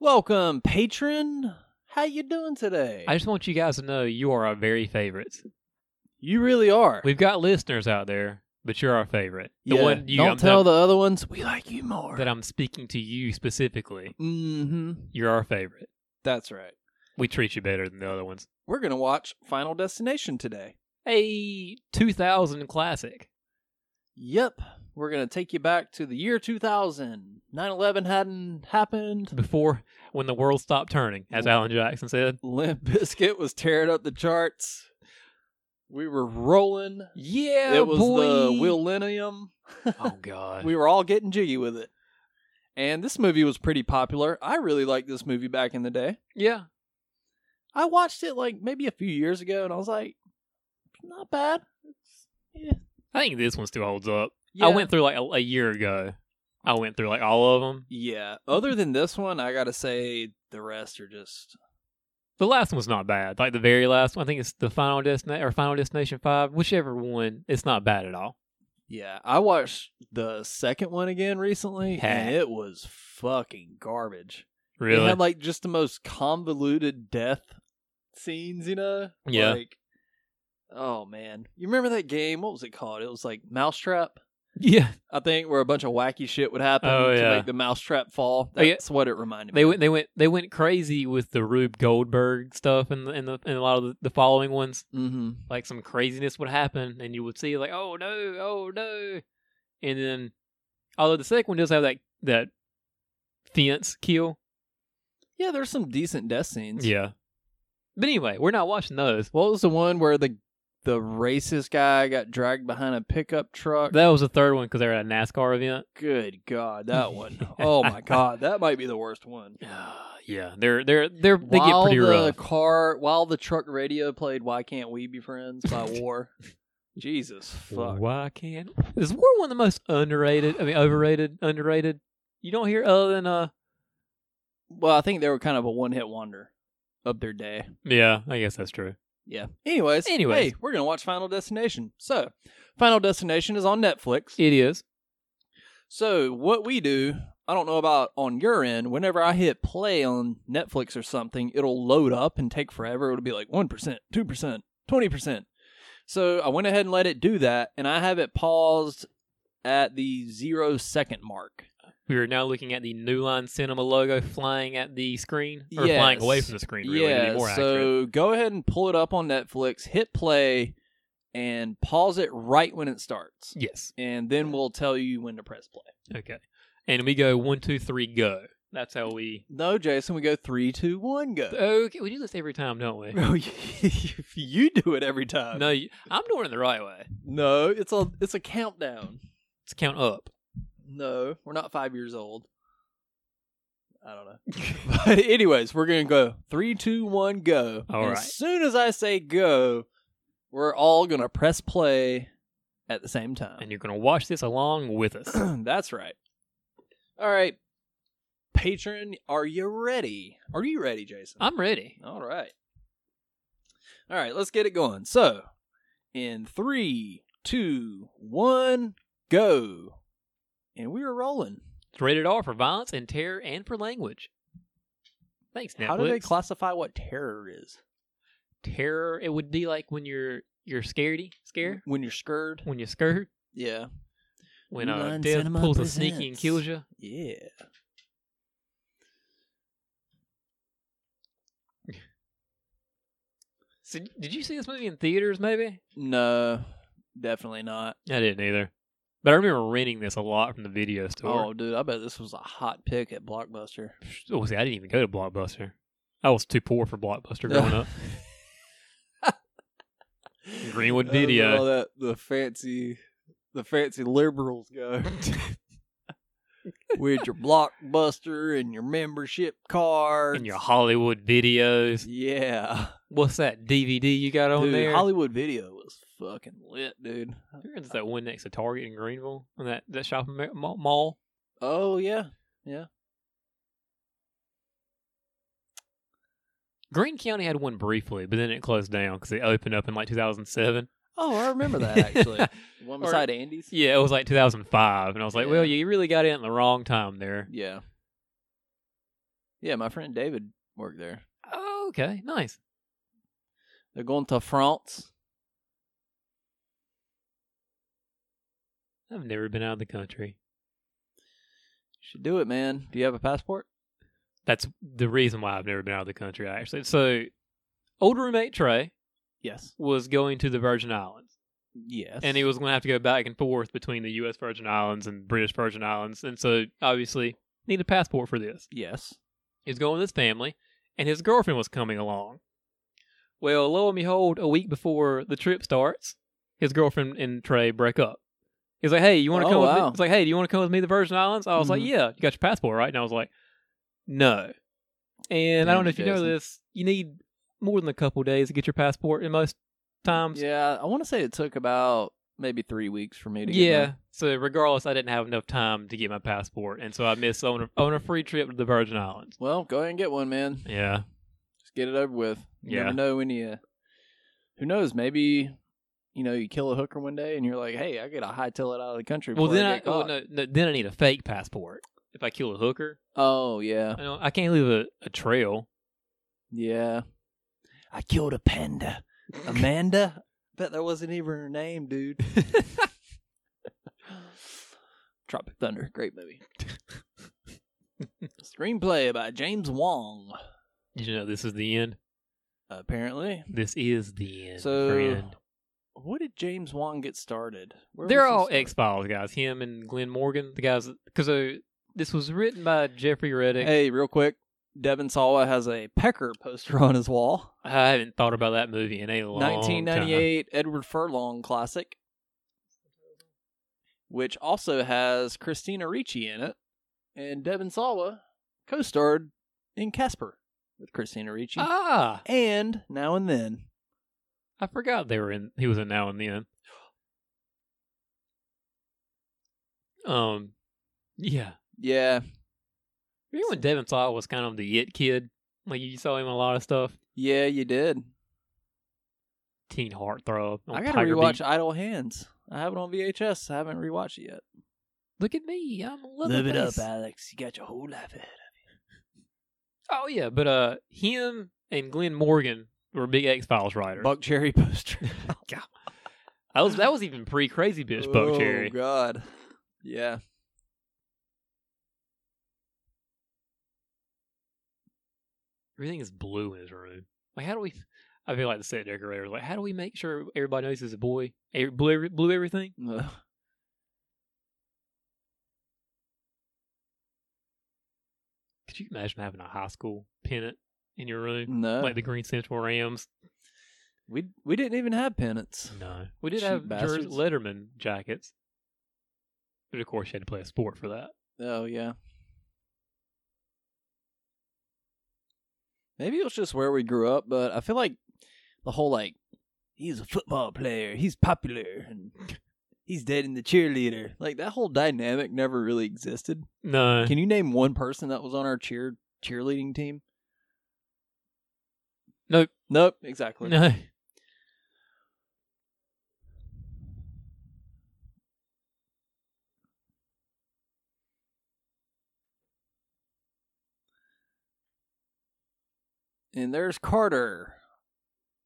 Welcome, patron. How you doing today? I just want you guys to know you are our very favorites. you really are. We've got listeners out there, but you're our favorite. The Yeah. one you Don't I'm- tell the other ones. We like you more. that I'm speaking to you specifically. mm-hmm. You're our favorite. That's right. We treat you better than the other ones. We're gonna watch Final Destination today. A 2000 classic. Yep. We're gonna take you back to the year 2000. 9/11 hadn't happened. Before when the world stopped turning, as Alan Jackson said. Limp Biscuit was tearing up the charts. We were rolling. Yeah, it was boy. the Millennium. Oh God. we were all getting jiggy with it. And this movie was pretty popular. I really liked this movie back in the day. yeah. I watched it like maybe a few years ago, and I was like, not bad. I think this one still holds up. Yeah. I went through like a, a year ago. I went through like all of them. Yeah. Other than this one, I gotta say the rest are just The last one's not bad. Like the very last one, I think it's the Final Destination or Final Destination Five, whichever one. It's not bad at all. yeah. I watched the second one again recently, and it was fucking garbage. Really? It had like just the most convoluted death scenes, you know? Yeah. Like, oh man, you remember that game? What was it called? It was like Mousetrap. yeah. I think where a bunch of wacky shit would happen Oh, to yeah. make the mousetrap fall. Oh, yeah. That's what it reminded me. They went. They went. They went crazy with the Rube Goldberg stuff and the, and the and a lot of the, the following ones. Mm-hmm. Like some craziness would happen, and you would see like, oh no, oh no, and then although the second one does have that that fence kill. Yeah, there's some decent death scenes. Yeah. But anyway, we're not watching those. What was the one where the the racist guy got dragged behind a pickup truck? That was the third one because they were at a NASCAR event. Good God, that one. oh my God, that might be the worst one. yeah, they're they're they're they while get pretty the rough. car, while the truck radio played "Why Can't We Be Friends" by War. Jesus fuck. Why can't is War one of the most underrated? I mean, overrated, underrated. You don't hear other than uh. Well, I think they were kind of a one-hit wonder of their day. Yeah, I guess that's true. Yeah. Anyways, Anyways. hey, we're gonna watch Final Destination. So, Final Destination is on Netflix. It is. So, what we do, I don't know about on your end. Whenever I hit play on Netflix or something, it'll load up and take forever. It'll be like one percent, two percent, twenty percent. So I went ahead and let it do that, and I have it paused at the zero second mark. We are now looking at the New Line Cinema logo flying at the screen or Yes. flying away from the screen. Really, to yeah. be more accurate. so go ahead and pull it up on Netflix. Hit play. And pause it right when it starts. Yes. and then we'll tell you when to press play. Okay. And we go one, two, three, go. That's how we. No, Jason, we go three, two, one, go. Okay, we do this every time, don't we? No, you- you do it every time. No, you- I'm doing it the right way. No, it's a it's a countdown. Let's count up. No, we're not five years old. I don't know. But anyways, we're gonna go three, two, one, go. All And right. As soon as I say go, we're all gonna press play at the same time. and you're going to watch this along with us. That's right. All right, patron, are you ready? Are you ready, Jason? I'm ready. All right. All right, let's get it going. So, in three, two, one, go. And we are rolling. It's rated R for violence and terror and for language. Thanks, Netflix. How do they classify what terror is? terror? It would be like when you're you're scaredy, scare, When you're scared? when you're scared, Yeah. when uh, Nine death Mm. Cinema pulls a sneaky and presents. kills you. Yeah. So, did you see this movie in theaters? Maybe No, definitely not. I didn't either, but I remember renting this a lot from the video store. Oh, dude, I bet this was a hot pick at Blockbuster. Oh, see, I didn't even go to Blockbuster. I was too poor for Blockbuster growing up. Greenwood That was Video. All that the fancy, the fancy liberals go with your blockbuster and your membership card In your Hollywood videos, yeah, what's that DVD you got on dude, there? Hollywood Video was fucking lit, dude. There's that one next to Target in Greenville, in that that shopping ma- ma- mall. Oh yeah, Green County had one briefly, but then it closed down because it opened up in like 2007. oh I remember that actually. The one Or- beside Andy's. yeah, it was like 2005, and I was like, Yeah. "Well, you really got in at the wrong time there." Yeah. Yeah, my friend David worked there. Oh, okay, nice. They're going to France. I've never been out of the country. Should do it, man. Do you have a passport? That's the reason why I've never been out of the country, actually. So, old roommate Trey Yes. was going to the Virgin Islands, Yes. and he was going to have to go back and forth between the U.S. Virgin Islands and British Virgin Islands, and so obviously need a passport for this. Yes. He's going with his family, and his girlfriend was coming along. Well, lo and behold, a week before the trip starts, his girlfriend and Trey break up. He's like, "Hey, you want to Oh, come?" With wow. me? It's like, "Hey, do you want to come with me to the Virgin Islands?" I was like, Mhm. "Yeah, you got your passport, right?" And I was like, "No." And I Damn don't you, know if you know Jason. this, you need more than a couple days to get your passport. In most times, Yeah, I want to say it took about maybe three weeks for me to. Yeah. Get So regardless, I didn't have enough time to get my passport, and so I missed on a, on a free trip to the Virgin Islands. my... Well, go ahead and get one, man. Yeah. Just get it over with. You Yeah. never know when you. Who knows? Maybe, you know, you kill a hooker one day and you're like, "Hey, I gotta hightail it out of the country." Well, before then I, I get well, caught." no, no, then I need a fake passport if I kill a hooker. Oh yeah, I, don't, I can't leave a, a trail. yeah. I killed a panda, Amanda. Bet that wasn't even her name, dude. Tropic Thunder, great movie. Screenplay by James Wong. Did you know this is the end? Apparently, This is the end. So, friend. what did James Wong get started? Where they're was all this X Files guys. Him and Glenn Morgan, the guys. Because uh, this was written by Jeffrey started? Reddick. Hey, real quick, Devin Sawa has a Pecker poster on his wall. I haven't thought about that movie in a long time. 1998 Edward Furlong classic, which also has Christina Ricci in it, and Devin Sawa co-starred in Casper with Christina Ricci, Ah, and now and then. I forgot they were in. He was in Now and Then. Um, yeah. Yeah, Remember when Devin Saw was kind of the it kid? Like you saw him in a lot of stuff. yeah, you did. Teen Heartthrob. on I gotta Tiger rewatch Beat. Idle Hands. I have it on VHS. I haven't rewatched it yet. Look at me. I'm a Live it up, leatherface. Alex. You got your whole life ahead. Oh yeah, but uh, him and Glenn Morgan were big X Files writers. Buck Cherry poster. I was that was even pre Crazy Bitch Buck oh, Cherry. God. Yeah. Everything is blue in his room. Like how do we? I feel like the set decorator. Like how do we make sure everybody knows he's a boy? Eh, Blue, every- blue everything. Ugh. Could you imagine having a high school pennant in your room, No. like the Green Central Rams? We we didn't even have pennants. No, we did Cheap have Jer- bastards. Letterman jackets, but of course you had to play a sport for that. Oh yeah. Maybe it was just where we grew up, but I feel like the whole like he's a football player, he's popular, and he's dead in the cheerleader. Like that whole dynamic never really existed. No, Can you name one person that was on our cheer cheerleading team? Nope. Nope. Exactly. no. And there's Carter,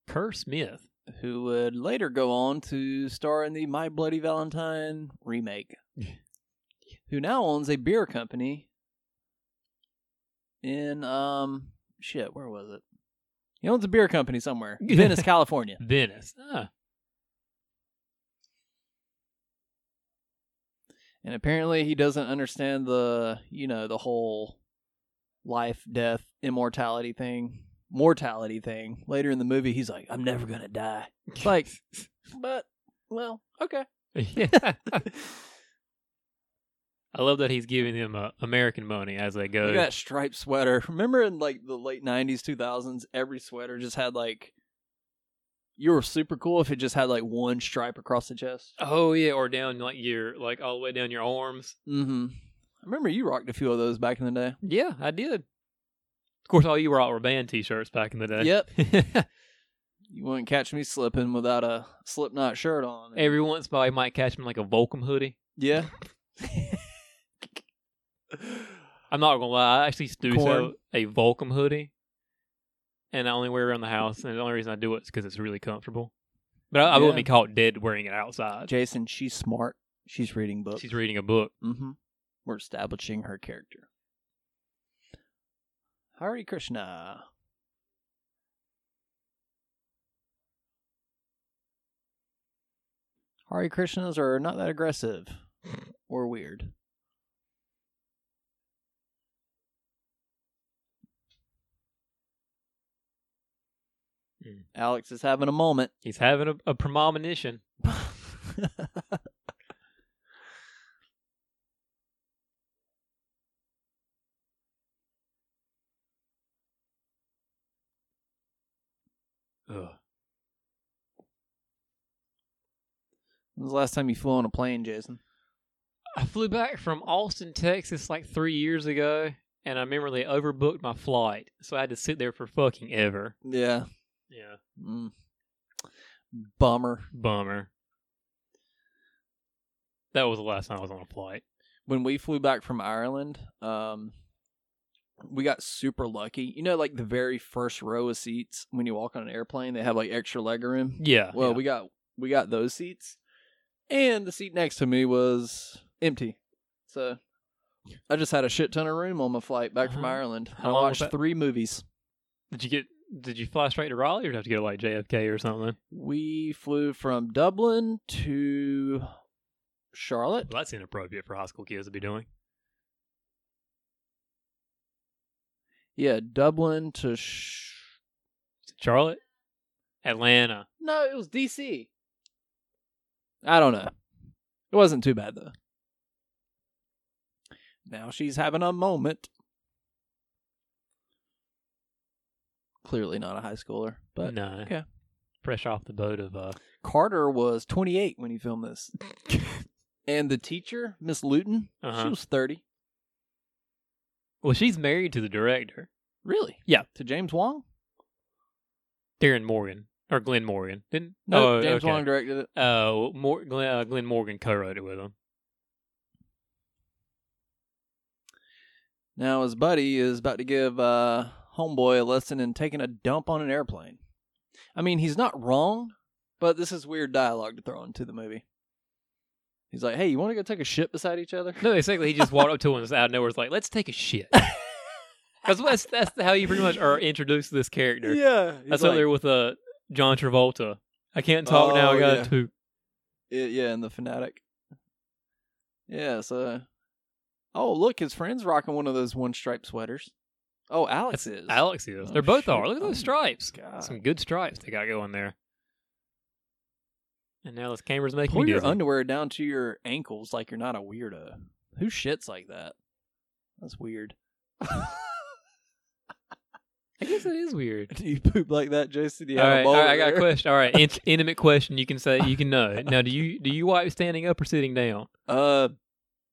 Kerr Smith. who would later go on to star in the My Bloody Valentine remake, who now owns a beer company in, um, shit, where was it? He owns a beer company somewhere, Venice, California. Venice. Ah, And apparently he doesn't understand the, you know, the whole life, death, immortality thing, mortality thing. Later in the movie, he's like, I'm never going to die. It's like, but, well, okay. yeah. I love that he's giving them uh, American money as they go. Look at that striped sweater. Remember in like the late nineties, two thousands, every sweater just had like you were super cool if it just had like one stripe across the chest. Oh yeah, or down like your like all the way down your arms. Mm-hmm. I remember you rocked a few of those back in the day. Yeah, I did. Of course, all you were all were band T-shirts back in the day. Yep. Yep. You wouldn't catch me slipping without a slipknot shirt on. Every once in a while, you might catch him like a Volcom hoodie. Yeah. I'm not gonna lie. I actually do Corn. sell a Volcom hoodie, and I only wear it around the house. And the only reason I do it is because it's really comfortable. But I, I Yeah. wouldn't be caught dead wearing it outside. Jason, she's smart. She's reading books. She's reading a book. Mm-hmm. We're establishing her character. Hare Krishna. Hare Krishnas are not that aggressive or weird. Mm. Alex is having a moment. He's having a, a premonition. Ugh. When's the last time you flew on a plane, Jason? I flew back from Austin, Texas, like three years ago, and I remember they overbooked my flight, so I had to sit there for fucking ever. Yeah. Yeah, Mm. Bummer. bummer. That was the last time I was on a flight. When we flew back from Ireland, um, we got super lucky. You know, like the very first row of seats when you walk on an airplane, they have like extra leg room. Yeah. Well, yeah. we got we got those seats, and the seat next to me was empty. So I just had a shit ton of room on my flight back from Uh-huh. Ireland. How I long was watched that? three movies. did you get? Did you fly straight to Raleigh, or did you have to go to like JFK or something? We flew from Dublin to Charlotte. Well, that's inappropriate for high school kids to be doing. Yeah, Dublin to sh- Charlotte, Atlanta. No, it was DC. I don't know. It wasn't too bad though. Now she's having a moment. Clearly not a high schooler, but no, okay. fresh off the boat of uh, Carter was 28 when he filmed this. and the teacher, Miss Luton, she Uh-huh. was 30. well, she's married to the director, Really? Yeah. To James Wong? Darren Morgan or Glenn Morgan. Didn't No, oh, James okay. Wong directed it. Uh, Mor- Glenn, uh, Glenn Morgan co-wrote it with him. Now his buddy is about to give uh, homeboy a lesson in taking a dump on an airplane. I mean, he's not wrong, but this is weird dialogue to throw into the movie. He's like, "Hey, you want to go take a shit beside each other?" No, basically he just walked up to him and out of nowhere was like, "Let's take a shit." Because that's that's how you pretty much are introduced to this character. Yeah, he's that's like, up there with uh, John Travolta. I can't talk now. Oh, I got yeah. to poop. Yeah, yeah, and the fanatic. Yeah, so. Oh, look, his friend's rocking one of those one stripe sweaters. Oh, Alex is. Alex is. Oh, They're both shoot. are. Look at Oh, those stripes. God. Some good stripes they got going there. And now this camera's making Pull me your dizzy. underwear down to your ankles like you're not a weirdo. Who shits like that? That's weird. I guess it is weird. Do you poop like that, Jason? Do you all have right, a all bowl right, I in got a there? question. All right, int- intimate question. You can say you can know. Now, do you do you wipe standing up or sitting down? Uh,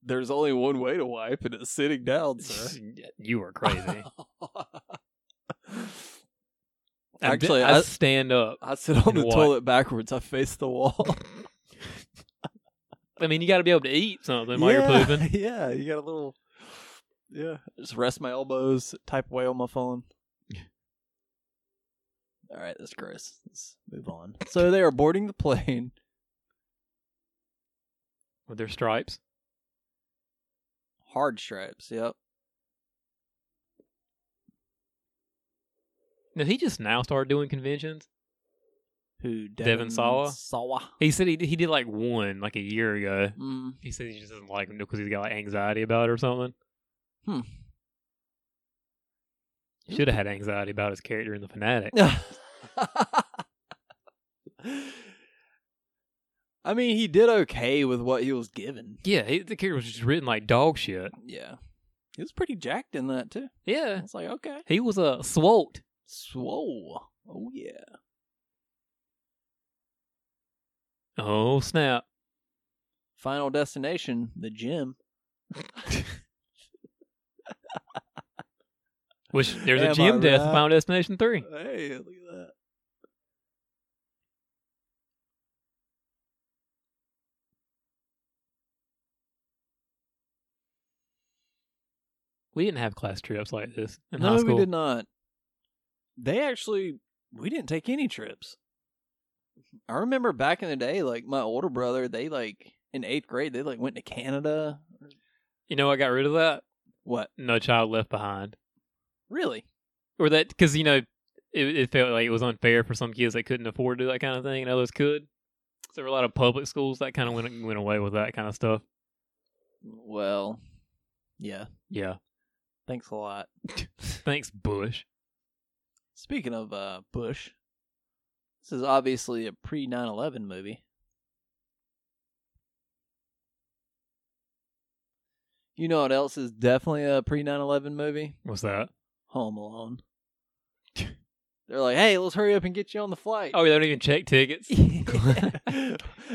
there's only one way to wipe, and it's sitting down, sir. You are crazy. I d- Actually, I, I, stand up. I sit on And the what? toilet backwards. I face the wall. I mean, you got to be able to eat something while you're pooping. Yeah, you got a little. Yeah, just rest my elbows, type away on my phone. All right, that's gross. Let's move on. So they are boarding the plane. With their stripes. Hard stripes. Yep. Now he just now started doing conventions. Who Devin, Devin Sawa? Sawa. He said he did, he did like one like a year ago. Mm. He said he just doesn't like them because he's got like anxiety about it or something. Hmm. Should have had anxiety about his character in the fanatic. I mean, he did okay with what he was given. yeah, he, the character was just written like dog shit. Yeah, he was pretty jacked in that too. Yeah, It's like okay. he was a uh, swolt. Swole. Oh yeah. Oh snap! Final destination, the gym. Which there's Am I a gym death in right? Final Destination Three. Hey, look at that. We didn't have class trips like this in no, high school. we did not. They actually, we didn't take any trips. I remember back in the day, like my older brother, they like in eighth grade, they like went to Canada. You know, I got rid of that. What? No child left behind, Really? or that because you know it, it felt like it was unfair for some kids that couldn't afford to do that kind of thing, and others could. So there were a lot of public schools that kind of went went away with that kind of stuff. Well, yeah. Yeah. Thanks a lot. Thanks, Bush. Speaking of uh, Bush, this is obviously a pre 9 11 movie. You know what else is definitely a pre 9 11 movie? What's that? Home Alone. They're like, hey, let's hurry up and get you on the flight. Oh, they don't even check tickets. I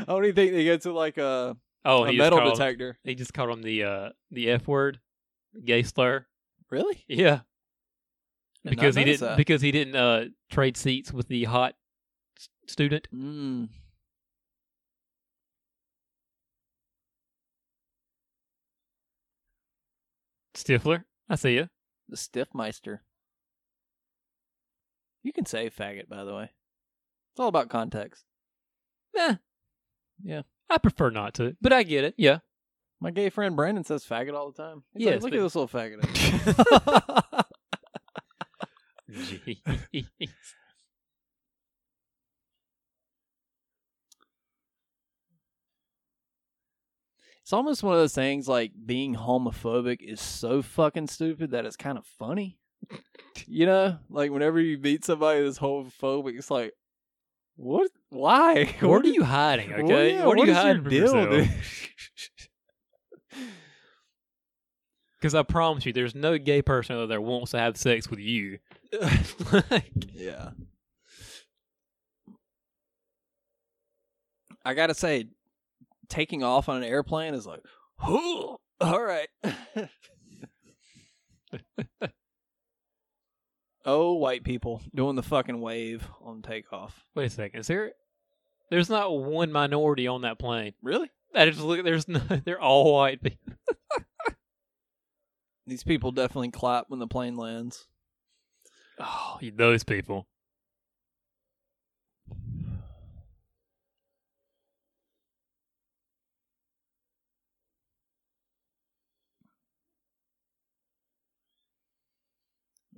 don't even think they get to like a, Oh, a he metal just called, detector. He just called him the uh, the F word, gay slur. Really? Yeah, Did not because he notice didn't that. because he didn't uh, trade seats with the hot s- student. Mm. Stifler, I see you. The Stiffmeister. You can say faggot, by the way. It's all about context. Nah. Yeah. I prefer not to, but I get it. Yeah. My gay friend Brandon says faggot all the time. He's Yes, like, look but- at this little faggot. Jeez. it's almost one of those things like being homophobic is so fucking stupid that it's kind of funny. You know, like whenever you meet somebody that's homophobic, it's like, what? Why? what are did- you hiding? Okay. Well, yeah, what are you is your hiding from yourself? dude? Because I promise you, there's no gay person out there wants to have sex with you. Yeah. I gotta say, taking off on an airplane is like, all right. oh, white people doing the fucking wave on takeoff. Wait a second. Is there? There's not one minority on that plane. Really? I just look. There's no. They're all white people. These people definitely clap when the plane lands. Oh, those people.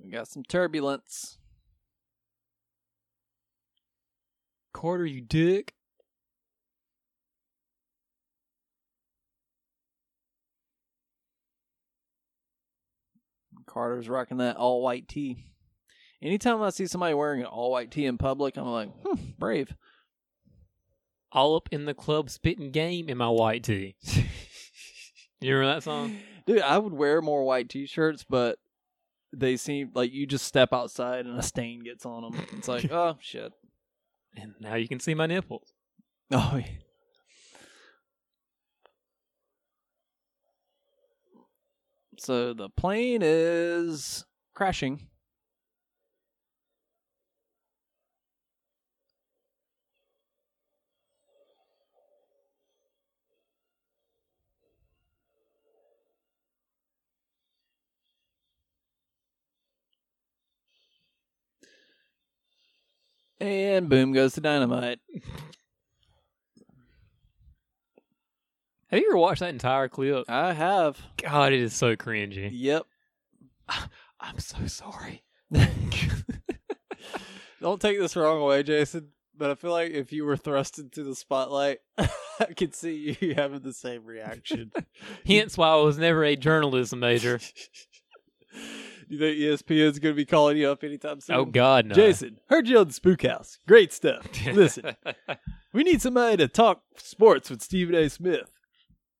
We got some turbulence. Carter, you dick. Carter's rocking that all white tee. Anytime I see somebody wearing an all white tee in public, I'm like, hmm, brave. All up in the club, spitting game in my white tee. you remember that song? Dude, I would wear more white t-shirts, but they seem like you just step outside and a stain gets on them. It's like, oh shit. And now you can see my nipples. Oh. yeah. So the plane is crashing. And boom goes the dynamite. Have you ever watched that entire clip? I have. God, it is so cringy. Yep. I'm so sorry. Don't take this the wrong way, Jason, but I feel like if you were thrust into the spotlight, I could see you having the same reaction. Hence why I was never a journalism major. you think E ESPN's going to be calling you up anytime soon? oh God, no. Jason, heard you on the Spook House. Great stuff. Listen, we need somebody to talk sports with Stephen A. Smith.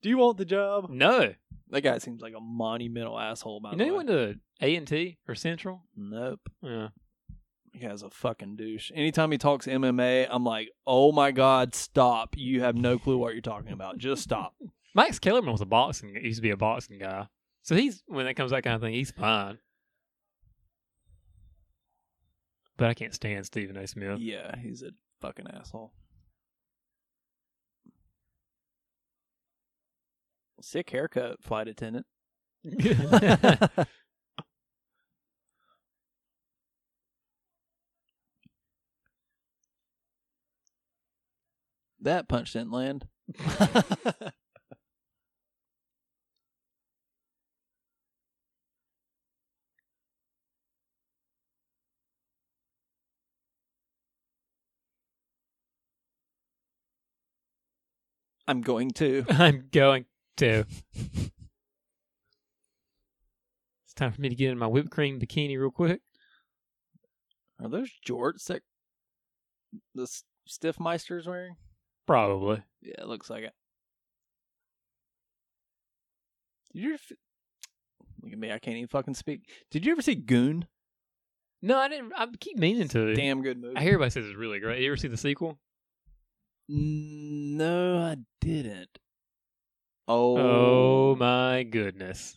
Do you want the job? no. That guy seems like a monumental asshole. By You the know, he way, went to A and T or Central. nope. Yeah. He has a fucking douche. Anytime he talks MMA, I'm like, oh my God, stop. You have no clue what you're talking about. Just stop. Max Kellerman was a boxing. He used to be a boxing guy. So he's when it comes to that kind of thing, he's fine. But I can't stand Stephen A. Smith. yeah, he's a fucking asshole. Sick haircut, flight attendant. that punch didn't land. I'm going to. I'm going to. it's time for me to get in my whipped cream bikini real quick. Are those jorts that the s- Stiffmeister's wearing? Probably. Yeah, it looks like it. Did you ever f- look at me? I can't even fucking speak. Did you ever see Goon? No, I didn't. I keep meaning to. Damn good movie. I hear everybody says it's really great. You ever see the sequel? no, I didn't. Oh, Oh my goodness.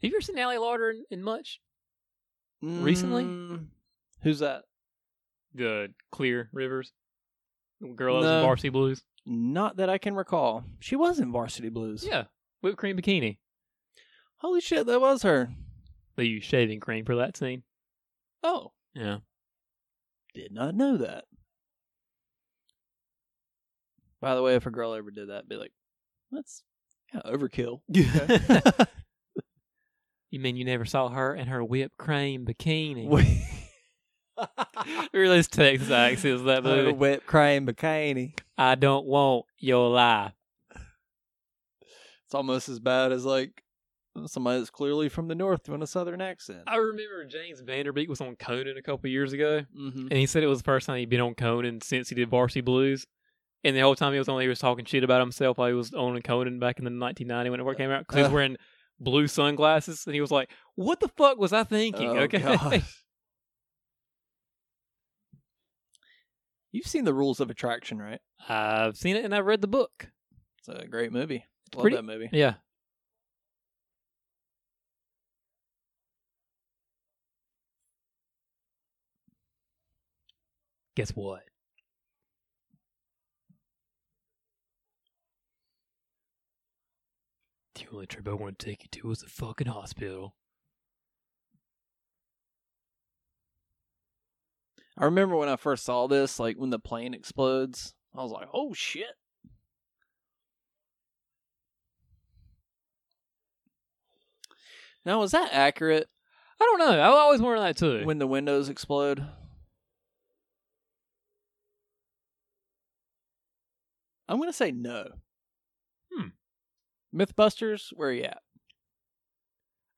Have you ever seen Allie Larder in, in much? recently? Mm, who's that? The Clear Rivers? The Girl that was in No. Varsity Blues? Not that I can recall. She was in Varsity Blues. Yeah. Whipped cream bikini. Holy shit, that was her. They use shaving cream for that scene. Oh, Yeah. did not know that. By the way, if a girl ever did that, be like, that's yeah, overkill. You mean you never saw her in her whipped cream bikini? Wait. Or those Texas accents that movie. whipped cream bikini. I don't want your life. It's almost as bad as like somebody that's clearly from the north doing a southern accent. I remember James Vanderbeek was on Conan a couple years ago. Mm-hmm. and he said it was the first time he'd been on Conan since he did Varsity Blues. And the whole time he was on, he was talking shit about himself while he was on Conan back in the 1990 when it came out because he was Uh. wearing blue sunglasses and he was like, "What the fuck was I thinking?" Oh, okay, God. You've seen the Rules of Attraction, right? I've seen it and I've read the book. It's a great movie. Love pretty- that movie. Yeah, guess what? The only trip I want to take you to is the fucking hospital. I remember when I first saw this, like when the plane explodes, I was like, "Oh shit!" Now, was that accurate I don't know. I always wonder that too. when the windows explode? I'm gonna say no. Hmm. MythBusters, where you at?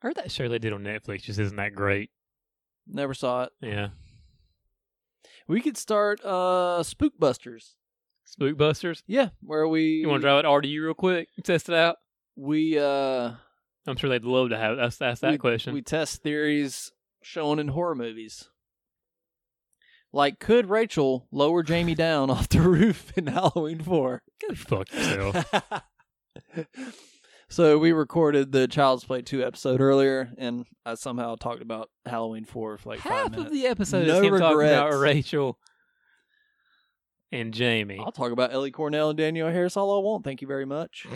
I heard that show they did on Netflix just isn't that great. Never saw it. Yeah, We could start uh Spookbusters. Spookbusters. Yeah, where we You want to drive it RDU real quick? and Test it out. we uh I'm sure they'd love to have us ask that we, question. We test theories shown in horror movies. Like, could Rachel lower Jamie down off the roof in Halloween 4? Go fuck yourself. so, we recorded the Child's Play 2 episode earlier, and I somehow talked about Halloween 4 for like five Half minutes. of the episode No is him talking about regrets. Rachel and Jamie. I'll talk about Ellie Cornell and Danielle Harris all I want. Thank you very much.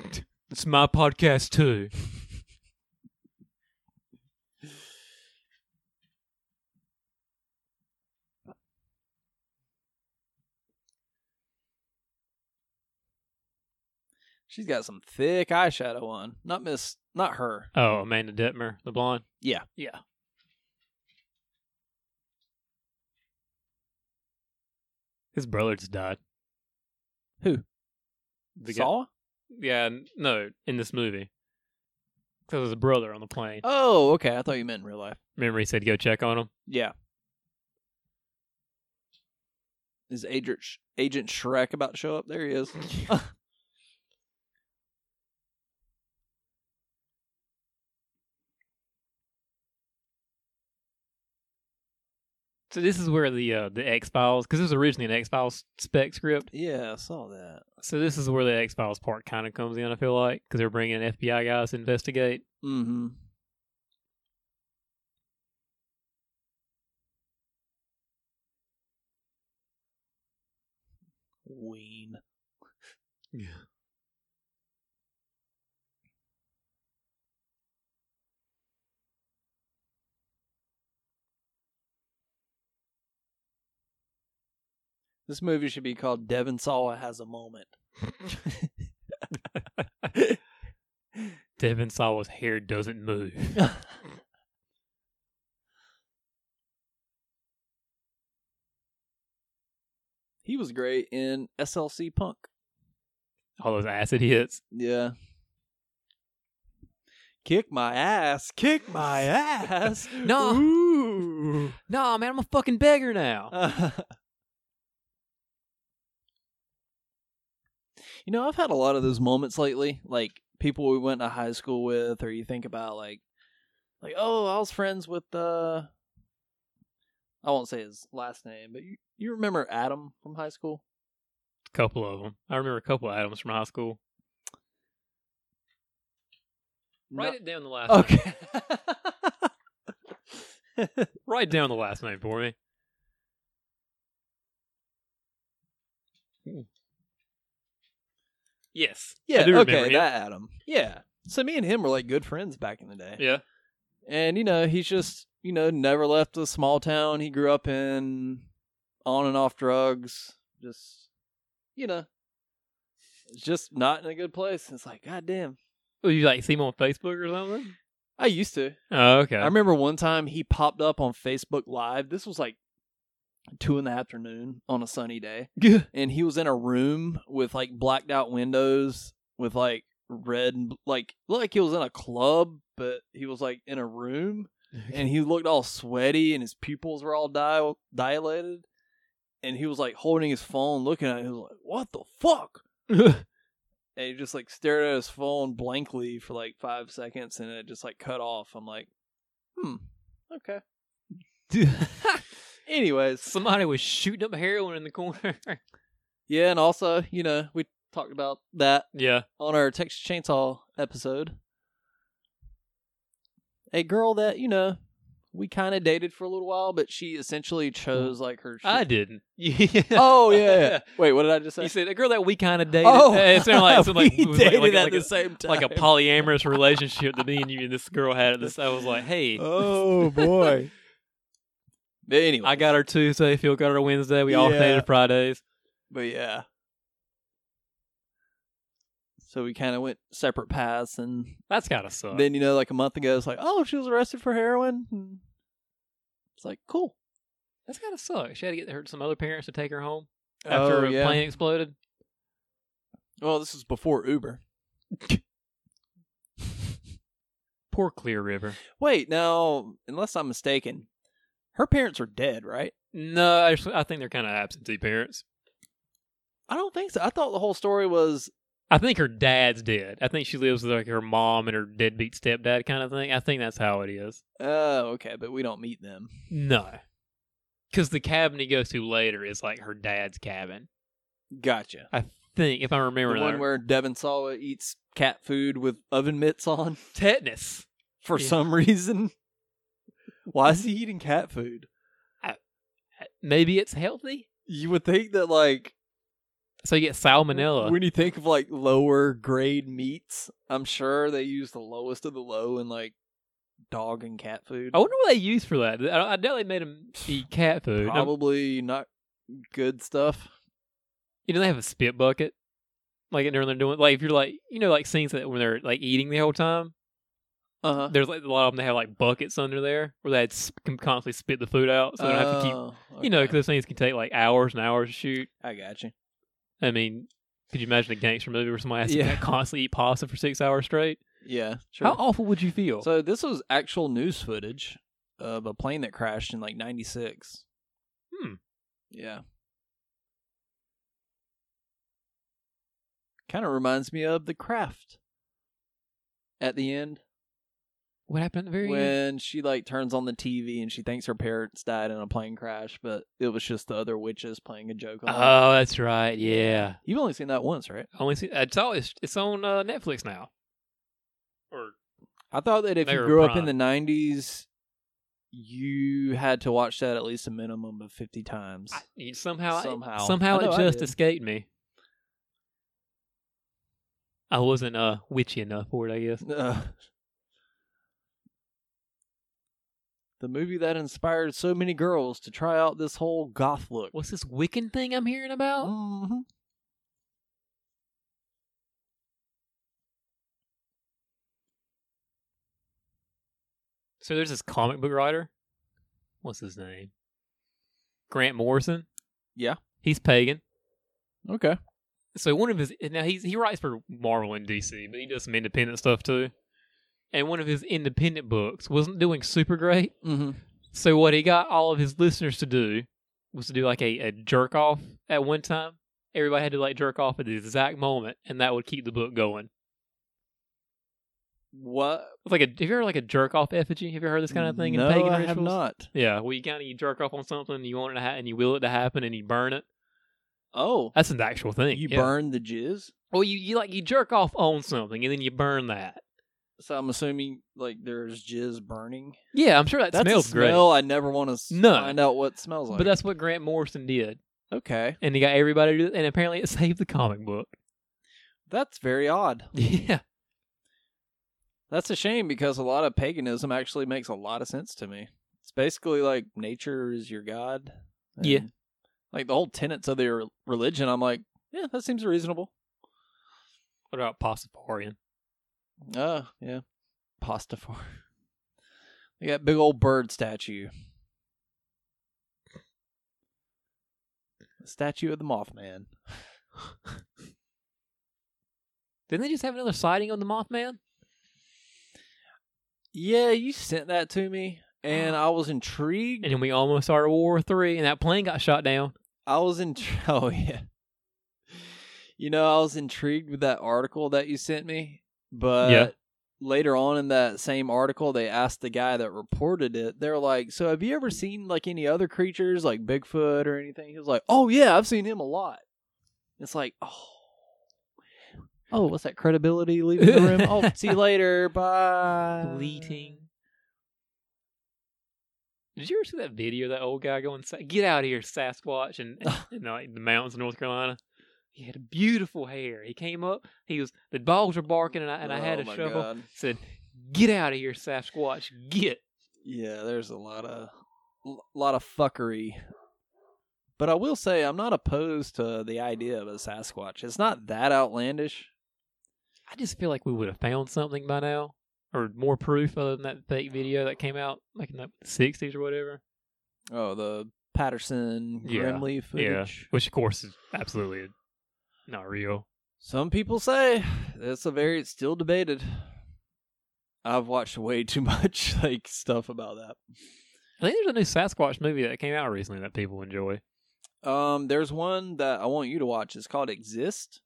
It's my podcast too. She's got some thick eyeshadow on. Not Miss, not her. Oh, Amanda Detmer, the blonde. Yeah. Yeah. His brother just died. Who? The guy- Saw? Yeah, n- no, in this movie. Because was a brother on the plane. Oh, okay. I thought you meant in real life. Remember he said go check on him? Yeah. Is Agent Sh- Agent Shrek about to show up? There he is. So this is where the uh, the X Files, because this was originally an X Files spec script. yeah, I saw that. So this is where the X Files part kind of comes in. I feel like because they're bringing FBI guys to investigate. Mm-hmm. Ween. Yeah. This movie should be called Devin Sawa Has a Moment. Devin Sawa's hair doesn't move. he was great in SLC Punk. All those acid hits. Yeah. Kick my ass. Kick my ass. No. Ooh. Nah, man, I'm a fucking beggar now. you know, I've had a lot of those moments lately, like people we went to high school with, or you think about like, like oh, I was friends with uh, I won't say his last name, but you, you remember Adam from high school? couple of them. I remember a couple of Adams from high school. Write it down the last. No- Okay. name. Write down the last name for me. Hmm. Yes. yeah. do remember Okay, him. that Adam. Yeah. So me and him were like good friends back in the day. Yeah. and you know he's just you know never left the small town he grew up in on and off drugs just you know it's just not in a good place it's like god damn Well, Oh, you like see him on Facebook or something? i used to Oh, okay. i remember one time he popped up on facebook live this was like two in the afternoon on a sunny day and he was in a room with like blacked out windows with like red and bl- like looked like he was in a club but he was like in a room and he looked all sweaty and his pupils were all dil- dilated and he was like holding his phone looking at it he was like what the fuck and he just like stared at his phone blankly for like five seconds and it just like cut off i'm like hmm okay anyways Somebody was shooting up heroin in the corner. yeah and also you know we talked about that yeah. on our texas chainsaw episode a girl that you know we kind of dated for a little while but she essentially chose like her I didn't. Yeah. Oh yeah, yeah. Wait, what did I just say? You said a girl that we kind of dated. oh, Uh, it sounded like, it sounded like we it was like- dated like- at like the a- same time. like a polyamorous relationship that me and you and this girl had at this. I was like, hey, oh boy. anyway, I got her Tuesday. Phil got her Wednesday. We Yeah. alternated Fridays. but yeah. So we kind of went separate paths, and That's gotta suck. then you know, like a month ago, it's like, oh, she was arrested for heroin. And It's like cool. That's gotta suck. She had to get her some other parents to take her home after Oh, her yeah. plane exploded. Well, this is before Uber. Poor Clear River. Wait, now, unless I'm mistaken, her parents are dead, right? No, I, just, I think they're kind of absentee parents. I don't think so. I thought the whole story was I think her dad's dead. I think she lives with like her mom and her deadbeat stepdad kind of thing. I think that's how it is. Oh, okay, but we don't meet them. No, because the cabin he goes to later is like her dad's cabin. Gotcha. I think if I remember the one that. where Devin Sawa eats cat food with oven mitts on tetanus. for Yeah. some reason. Why is he eating cat food? Maybe it's healthy. You would think that like So you get salmonella. When you think of like lower grade meats, I'm sure they use the lowest of the low in like dog and cat food. I wonder what they use for that. I, I doubt they made him eat cat food. No, probably not good stuff. you know they have a spit bucket, like and they're they're doing like if you're like you know like scenes that when they're like eating the whole time. Uh huh. There's like a lot of them. They have like buckets under there where they can constantly spit the food out, so they don't have to keep. You know, because those things can take like hours and hours to shoot. Oh, I got you. I mean, could you imagine a gangster movie where somebody has Yeah. to constantly eat pasta for six hours straight? Yeah, sure. How awful would you feel? So this was actual news footage of a plane that crashed in like '96. Hmm. Yeah. Kind of reminds me of the craft. At the end, what happened at the very end? when she like turns on the TV and she thinks her parents died in a plane crash, but it was just the other witches playing a joke on her. Oh, that's right. Yeah. You've only seen that once, right? I only see it's all it's, it's on uh, Netflix now. Or I thought that if They you were grew up in prime. the '90s, you had to watch that at least a minimum of fifty times. I, you- somehow Somehow. somehow somehow I know it I just did. escaped me. I wasn't uh witchy enough for it, I guess. Ugh. The movie that inspired so many girls to try out this whole goth look. What's this Wiccan thing I'm hearing about? Mhm. So there's this comic book writer. What's his name? Grant Morrison. Yeah. He's pagan. Okay. So one of his now he's he writes for Marvel and DC, but he does some independent stuff too. And one of his independent books wasn't doing super great. Mm-hmm. So what he got all of his listeners to do was to do like a, a jerk off at one time. Everybody had to like jerk off at the exact moment, and that would keep the book going. What It's like a have you ever like a jerk off effigy? Have you heard this kind of thing no, in pagan I rituals? have not. Yeah, well, you kind of you jerk off on something, you want it to happen, and you will it to happen, and you burn it. Oh, That's an actual thing. you yeah. burn the jizz. Well, you, you like you jerk off on something, and then you burn that. So I'm assuming like there's jizz burning. Yeah, I'm sure that That's smells a great. smell I never want to No. find out what it smells like. But that's what Grant Morrison did, okay. and he got everybody to do it, and apparently it saved the comic book. That's very odd. Yeah, That's a shame because a lot of paganism actually makes a lot of sense to me. It's basically like nature is your god. Yeah. and, Like the whole tenets of their religion, I'm like, yeah, that seems reasonable. what about Pastafarian? Uh, yeah. Pastafar. They got big old bird statue. Statue of the Mothman. Didn't they just have another sighting on the Mothman? Yeah, you sent that to me, and I was intrigued. And then we almost started World War Three, and that plane got shot down. I was in. Oh yeah. You know, I was intrigued with that article that you sent me, but Yeah. later on in that same article, they asked the guy that reported it. They're like, "So have you ever seen like any other creatures, like Bigfoot or anything?" He was like, "Oh yeah, I've seen him a lot." It's like, oh, oh, what's that credibility leaving the room? oh, see you later, bye. bleating. Did you ever see that video of that old guy going, "Sa- get out of here, Sasquatch, and, and, and like the mountains of North Carolina? He had beautiful hair. He came up, he was, the dogs were barking, and I, and I had Oh, a my shovel. God. Said, get out of here, Sasquatch, get. Yeah, there's a lot of l- lot of fuckery. But I will say I'm not opposed to the idea of a Sasquatch. It's not that outlandish. I just feel like we would have found something by now, or more proof other than that fake video that came out like in the 60s or whatever. Oh, the Patterson Yeah, Grimley footage. Which, of course, is absolutely not real. Some people say it's a very it's still debated. I've watched way too much like stuff about that. I think there's a new Sasquatch movie that came out recently that people enjoy. Um, there's one that I want you to watch. It's called Exist.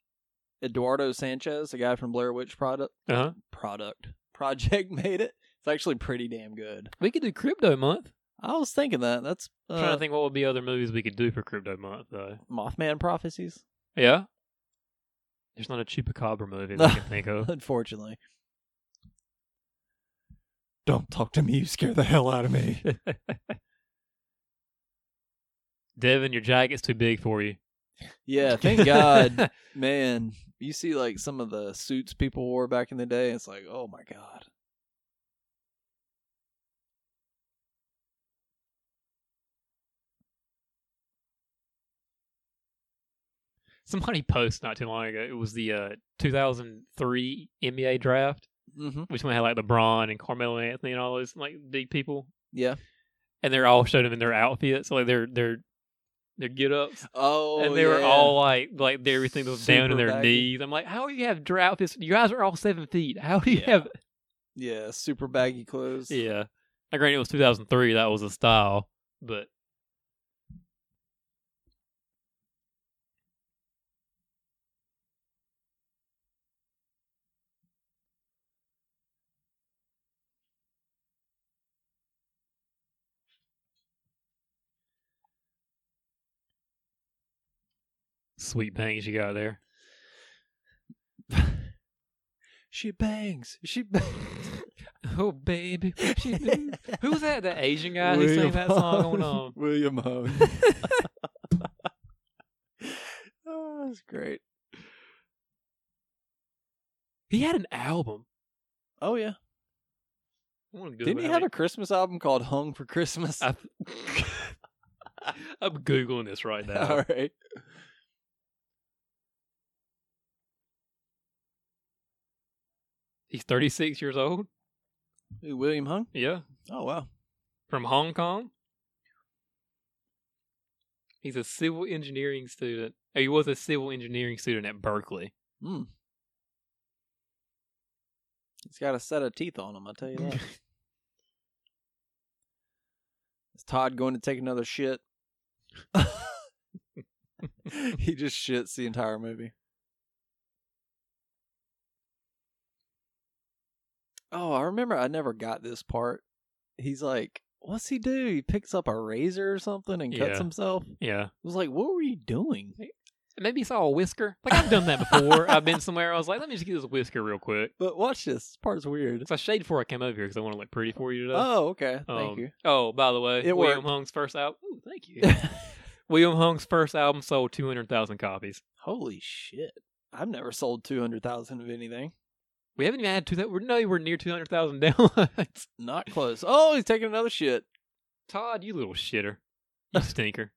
Eduardo Sanchez, a guy from Blair Witch product Uh-huh. product project made it. It's actually pretty damn good. We could do crypto month. I was thinking that. That's I'm uh, trying to think what would be other movies we could do for crypto month though. Mothman prophecies. Yeah. There's not a chupacabra movie that I can think of. Unfortunately, don't talk to me. You scare the hell out of me. Devin, your jacket's too big for you. yeah, thank God, man. You see, like some of the suits people wore back in the day. It's like, oh my God. Somebody posted not too long ago. It was the uh, 2003 NBA draft, Mm-hmm. which one had like LeBron and Carmelo Anthony and all those like big people, Yeah. and they're all showed them in their outfits, like their their their get ups. Oh, and they were yeah. all like, like they- everything was down to Super their baggy. knees. I'm like, how do you have drought? This you guys are all seven feet. How do you Yeah. have? yeah, super baggy clothes. Yeah, I granted it was 2003. That was a style, but sweet bangs you got there. she bangs. She bangs. Oh baby, she do. Who was that? That Asian guy who sang that song on um, William Hung. oh, that's great. He had an album. Oh yeah. I'm Didn't he have a Christmas album called Hung for Christmas? I- I'm googling this right now. All right. He's 36 years old. Who, William Hung? Yeah, Oh, wow. from Hong Kong. He's a civil engineering student. or He was a civil engineering student at Berkeley. He's got a set of teeth on him, I'll tell you that. Is Todd going to take another shit? he just shits the entire movie. Oh, I remember I never got this part. He's like, what's he do? He picks up a razor or something and cuts Yeah. himself. Yeah. I was like, what were you doing? Maybe he saw a whisker. Like I've done that before. I've been somewhere. I was like, let me just get this whisker real quick. But watch this. This part's weird. It's I shaved before I came over here because I want to look pretty for you today. Oh, okay. Um, Thank you. Oh, by the way, It William worked. Hung's first album. Thank you. William Hung's first album sold 200,000 copies. Holy shit. I've never sold 200,000 of anything. We haven't even had two. We're nowhere near 200,000 downloads. Not close. Oh, he's taking another shit. Todd, you little shitter. You stinker.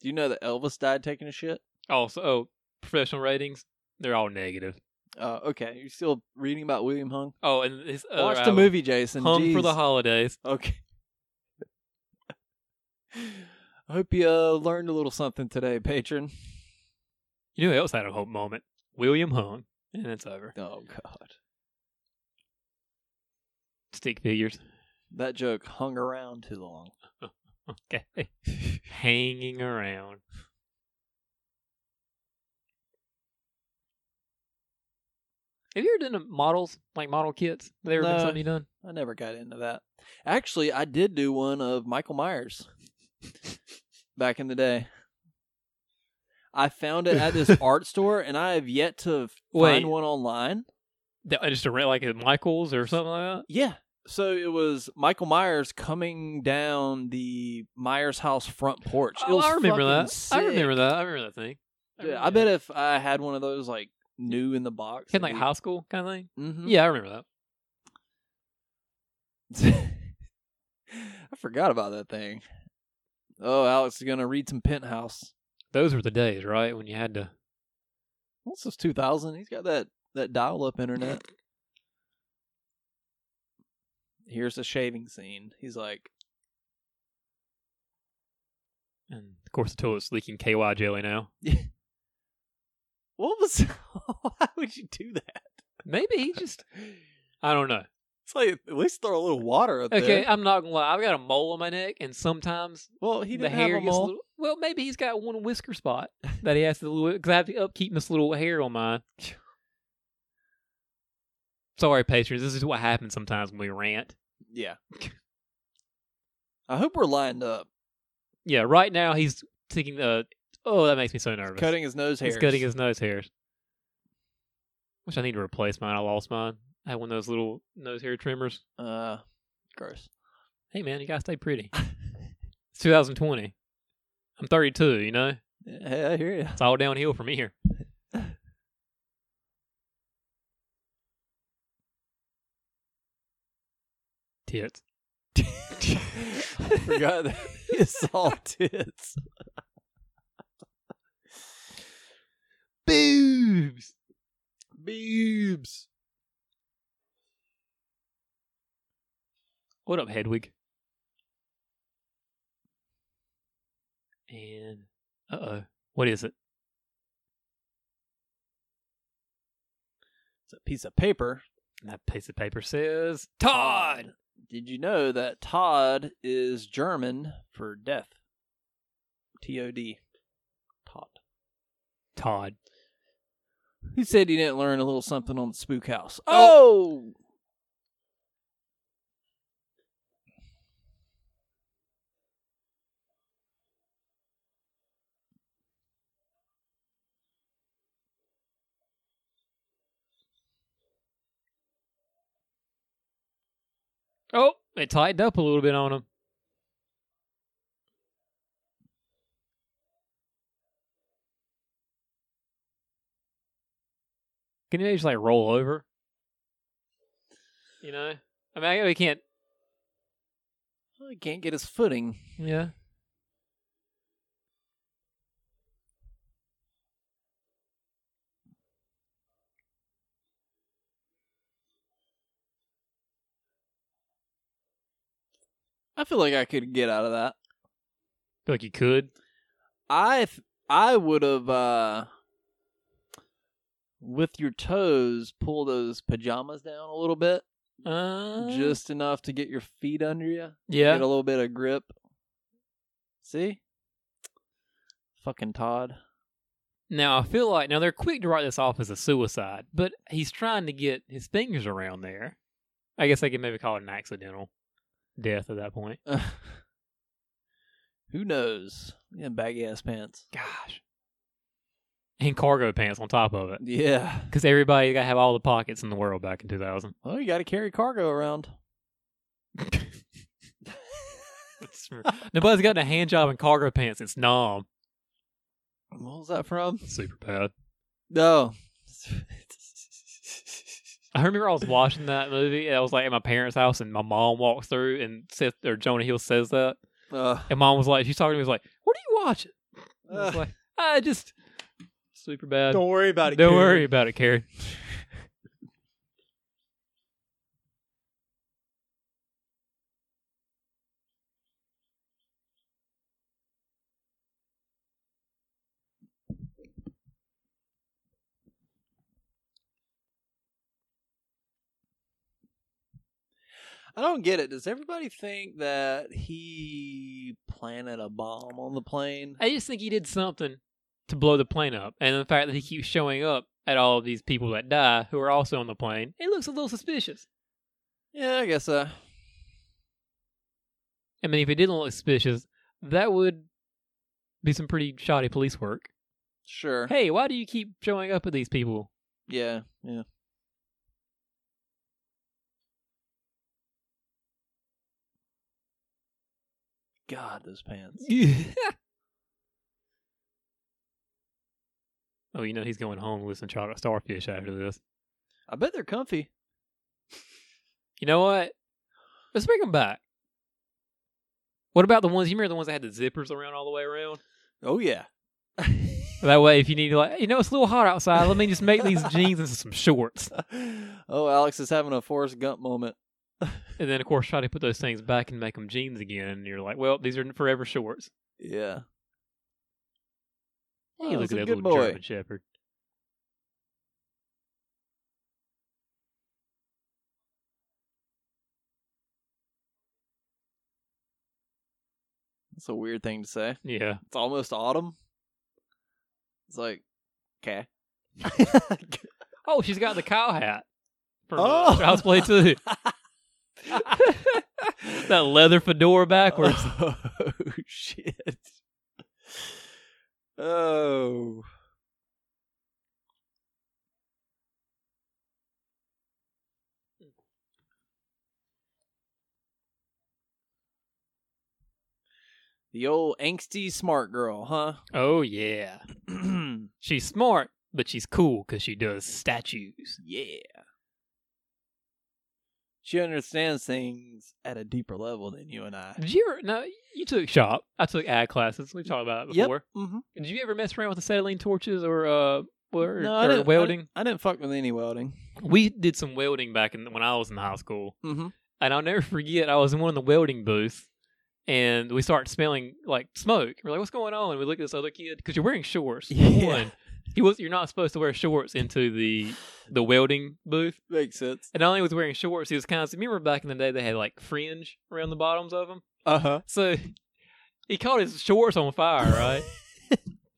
Do you know that Elvis died taking a shit? Also, oh, professional ratings, they're all negative. Uh, okay. You're still reading about William Hung? Oh, and his other Watch the album, movie, Jason. Hung for Jeez. the Holidays. Okay. I hope you uh, learned a little something today, patron. You know who else had a hope moment? William Hung. And it's over. Oh, God. Stick figures. That joke hung around too long. Okay. Hanging around. Have you ever done the models, like model kits? Have they ever been No. something you done? I never got into that. Actually, I did do one of Michael Myers back in the day. I found it at this art store, and I have yet to f- Wait. find one online. That- uh, Just a re- like at Michaels or something like Yeah. So it was Michael Myers coming down the Myers house front porch. that? It was Oh, I remember fucking that. I sick. remember that. I remember that thing. Dude, I bet if I had one of those like new in the box, In like high school kind of thing? hmm Yeah, I remember that. I forgot about that thing. Oh, Alex is gonna read some Penthouse. Those were the days, right? When you had to. Well, this is 2000. He's got that, that dial up internet. Here's the shaving scene. He's like, And of course, the toilet's leaking KY jelly now. What was. Why would you do that? Maybe he just. I don't know. It's like, at least throw a little water up Okay, uh, there. I'm not gonna lie. I've got a mole on my neck, and sometimes Well, he the didn't hair have a gets a mole. little. Well, maybe he's got one whisker spot that he has to because I have to upkeep this little hair on mine. Sorry, patrons. This is what happens sometimes when we rant. Yeah. I hope we're lined up. Yeah, right now he's taking the. Oh, that makes me so nervous. Cutting his nose hairs. He's cutting his nose hairs. Which I need to replace mine. I lost mine. I had one of those little nose hair trimmers. Uh, gross. Hey, man, you gotta stay pretty. it's 2020. I'm 32. You know, Yeah, hey, I hear you. it's all downhill from here. Tits. I forgot that it's all tits. Boobs. Boobs. What up, Hedwig? And uh oh, what is it? It's a piece of paper And that piece of paper says Todd. Did you know that Todd is German for death? T O D. Todd. Todd. Who said he didn't learn a little something on the spook house? Oh! Oh! Oh, it tightened up a little bit on him. Can you just like roll over? You know, I mean, I, we can't. He can't get his footing. Yeah. I feel like I could get out of that. Feel like you could. I th- I would have uh with your toes pull those pajamas down a little bit, Uh-huh. Uh, just enough to get your feet under you, yeah. get a little bit of grip. See? Fucking Todd. Now I feel like now they're quick to write this off as a suicide, but he's trying to get his fingers around there. I guess they could maybe call it an accidental death at that point. Who knows? Yeah, baggy ass pants. Gosh. And cargo pants on top of it, Yeah. because everybody got to have all the pockets in the world back in 2000. Well, you got to carry cargo around. Nobody's gotten a hand job in cargo pants. It's nom. What was that from? Super bad. No. I remember I was watching that movie. And I was like at my parents' house, and my mom walks through, and Seth or Jonah Hill says that, Uh, and mom was like, she's talking to me, was like, "What are you watching?" I was uh, like, "I just super bad." don't worry about it. Don't kid. worry about it, Karen. I don't get it. Does everybody think that he planted a bomb on the plane? I just think he did something to blow the plane up, and the fact that he keeps showing up at all of these people that die who are also on the plane, it looks a little suspicious. Yeah, I guess so. I mean, if it didn't look suspicious, that would be some pretty shoddy police work. Sure. Hey, why do you keep showing up at these people? Yeah, yeah. God, those pants. oh, you know he's going home with some chocolate starfish after this. I bet they're comfy. You know what? Let's bring them back. What about the ones you remember the ones that had the zippers around all the way around? Oh yeah. That way, if you need to, like, you know, it's a little hot outside. Let me just make these jeans into some shorts. oh, Alex is having a Forrest Gump moment. And then, of course, try to put those things back and make them jeans again. And you're like, well, these are forever shorts. Yeah. Hey, Oh, look he's at a that good little boy. German Shepherd. That's a weird thing to say. Yeah. It's almost autumn. It's like, okay. Oh, she's got the cow hat. From Oh. oh. Child's Play 2. that leather fedora backwards. Oh shit. Oh. The old angsty smart girl, huh? Oh, yeah. She's smart, but she's cool because she does statues. yeah. She understands things at a deeper level than you and I. Did you ever? No, you took shop. I took ad classes. We've talked about it Yep. before. Mm-hmm. Did you ever mess around with acetylene torches or uh, or, No, or I didn't, welding? I didn't, I didn't fuck with any welding. We did some welding back in when I was in high school, Mm-hmm. and I'll never forget. I was in one of the welding booths, and we start smelling like smoke. We're like, "What's going on?" And we look at this other kid because you're wearing shorts. for Yeah. One, he was. You're not supposed to wear shorts into the the welding booth. Makes sense. And not only was he wearing shorts, he was kind of. Remember back in the day, they had like fringe around the bottoms of them. Uh huh. So he caught his shorts on fire, right?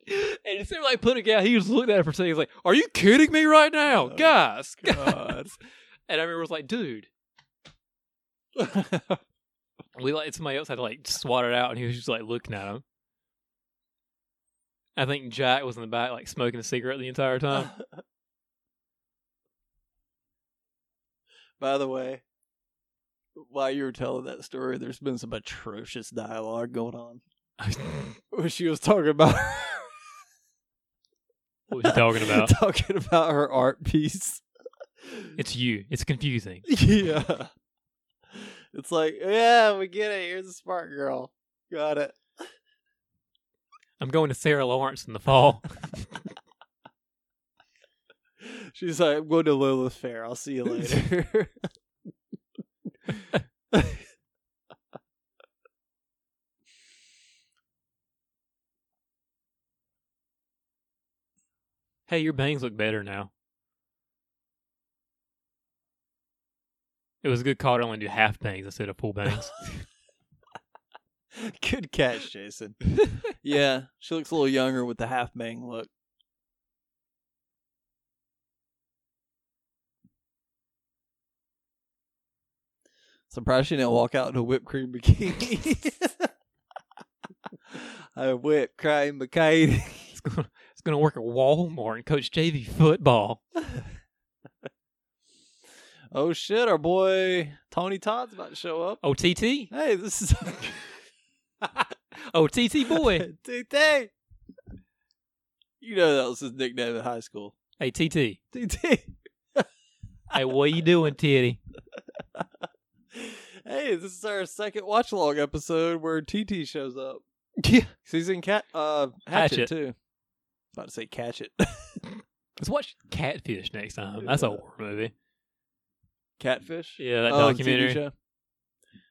and instead of like putting it out, he just looked at it for a second. He's like, Are you kidding me right now? Oh, guys, guys." God. And I remember was like, Dude. we like somebody else had to like swat it out and he was just like looking at him. I think Jack was in the back like smoking a cigarette the entire Um, time. By the way, while you were telling that story, there's been some atrocious dialogue going on. Where she was talking about what was he talking about? talking about her art piece. It's you. It's confusing. yeah. It's like, yeah, we get it. You're the smart girl. Got it. I'm going to Sarah Lawrence in the fall. She's like, I'm going to Lilith Fair. I'll see you later. hey, your bangs look better now. It was a good call to only do half bangs instead of full bangs. Good catch, Jason. yeah, she looks a little younger with the half bang look. Surprised she didn't walk out in a whipped cream bikini. I whip crying McKay. it's going it's gonna work at Walmart and coach JV football. oh shit, our boy Tony Todd's about to show up. OTT. Hey, this is OTT boy. TT. you know that was his nickname in high school. hey, TT. TT. Hey, what you doing, Titty? Hey, this is our second watch along episode where TT shows up. Yeah. He's in cat uh hatchet, Hatchet. too. About to say catch it. Let's watch Catfish next time. That's a horror movie. Catfish. Yeah, that Oh, the TV documentary. show?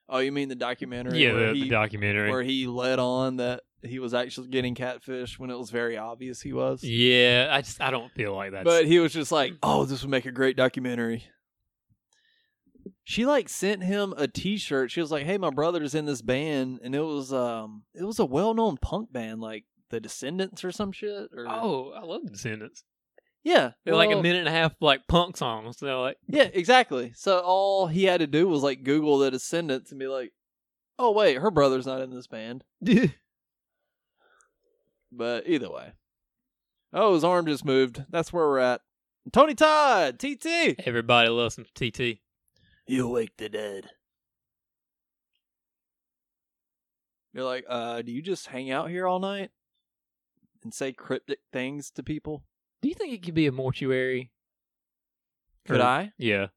Oh, you mean the documentary? Yeah, where the, the he, documentary. where he led on that he was actually getting catfish when it was very obvious he was. Yeah, I just I don't feel like that. But he was just like, "Oh, this would make a great documentary." She like sent him a T-shirt. She was like, "Hey, my brother's in this band, and it was um, it was a well-known punk band like the Descendants or some shit." Or oh, I love the Descendants. yeah, They're like a well- minute and a half like punk songs. They're like, Yeah, exactly. So all he had to do was like Google the Descendants and be like, "Oh wait, her brother's not in this band." But either way, oh, his arm just moved. That's where we're at. Tony Todd, TT. everybody loves some TT. You wake the dead. You're like, uh, do you just hang out here all night and say cryptic things to people? Do you think it could be a mortuary? Could Or- I? Yeah.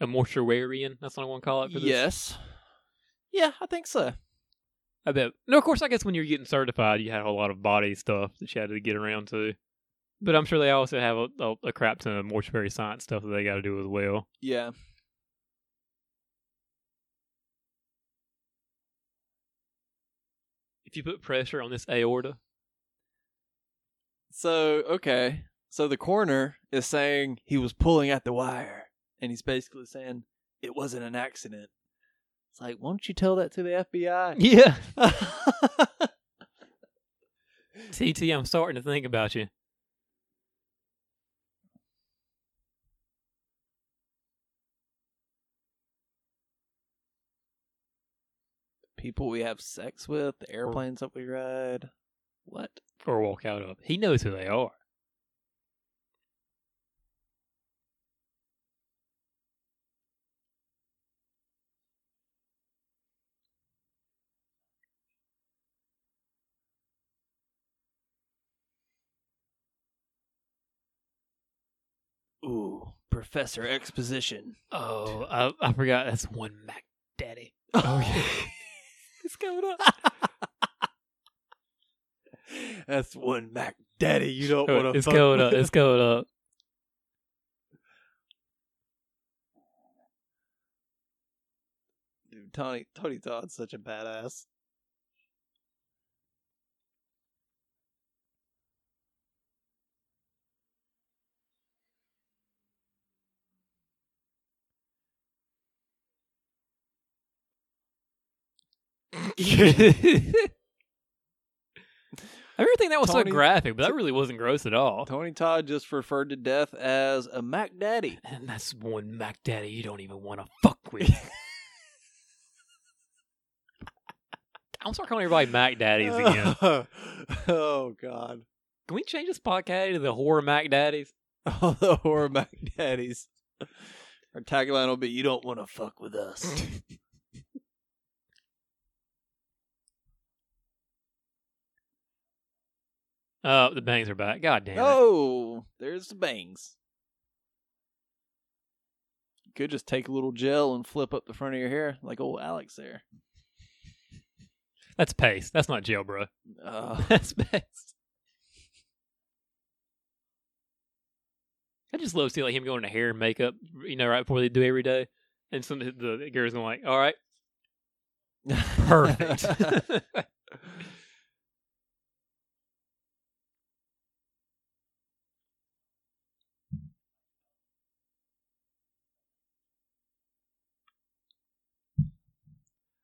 A mortuarian. That's what I want to call it. For this. Yes. Yeah, I think so. I bet. No, of course. I guess when you're getting certified, you had a whole lot of body stuff that you had to get around to. But I'm sure they also have a, a, a crap ton of mortuary science stuff that they got to do as well. Yeah. If you put pressure on this aorta, So, okay. So the coroner is saying he was pulling at the wire, and he's basically saying it wasn't an accident. It's like, won't you tell that to the FBI? yeah. TT, I'm starting to think about you. People we have sex with, the airplanes that we ride. What? or walk out of. He knows who they are. Ooh, Professor Exposition. Oh, I, I forgot. That's one Mac Daddy. Oh yeah. it's coming up. That's one Mac Daddy. You don't want to. it's going up. It's going up. Dude, Tony Tony Todd's such a badass. I remember thinking that was Tony- so graphic, but that really wasn't gross at all. Tony Todd just referred to death as a Mac Daddy. And that's one Mac Daddy you don't even want to fuck with. I'm sorry calling everybody Mac Daddies again. oh God. Can we change this podcast to the horror Mac Daddies? All the horror Mac Daddies. Our tagline will be "You don't want to fuck with us." Oh, the bangs are back. God damn it. oh, there's the bangs. could just take a little gel and flip up the front of your hair, like old Alex there. That's paste. That's not gel, bro. Uh, That's best. I just love seeing like him going to hair and makeup, you know, right before they do every day, and some of the the girls are like, "All right, perfect."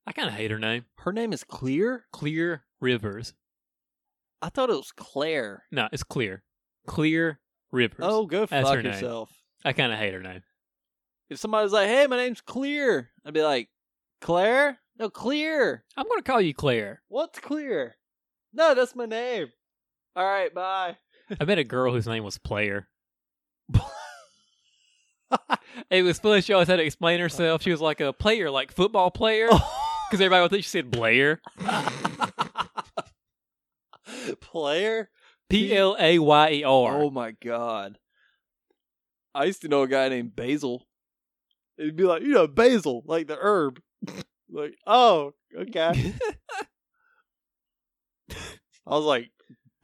I kind of hate her name, Her name is Clear. Clear Rivers. I thought it was Claire. No, it's Clear, Clear Rivers. Oh, go That's her fuck name. yourself. I kind of hate her name. If somebody's like, "Hey, my name's Clear," I'd be like, "Claire? No, Clear. I'm gonna call you Claire. What's Clear? No, that's my name. All right, bye." I met a girl whose name was Player. it was funny. She always had to explain herself. She was like a player, like football player, Oh. because everybody would think she said Blair, Player? P L A Y E R. Oh my god. I used to know a guy named Basil. It'd be like, you know, basil, like the herb. like, oh, okay. I was like,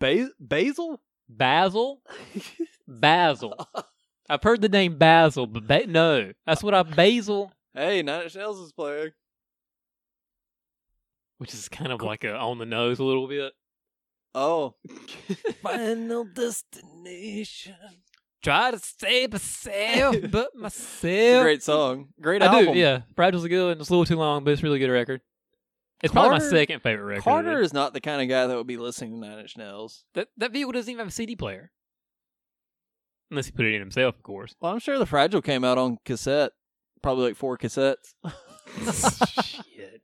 ba- basil? Basil, Basil. I've heard the name Basil, but ba- no, that's what I Basil, Hey, Nine Inch Nails is playing. which is kind of like a on the nose a little bit. Oh. Final destination. Try to save myself, but It's a myself. great song. Great I album. do, yeah. Brad was a good one. It's a little too long, but it's a really good record. It's probably my Carter- second favorite record. Carter is not the kind of guy that would be listening to Nine Inch Nails. That that vehicle doesn't even have a CD player, unless he put it in himself, of course. Well, I'm sure The Fragile came out on cassette. Probably like four cassettes. Shit.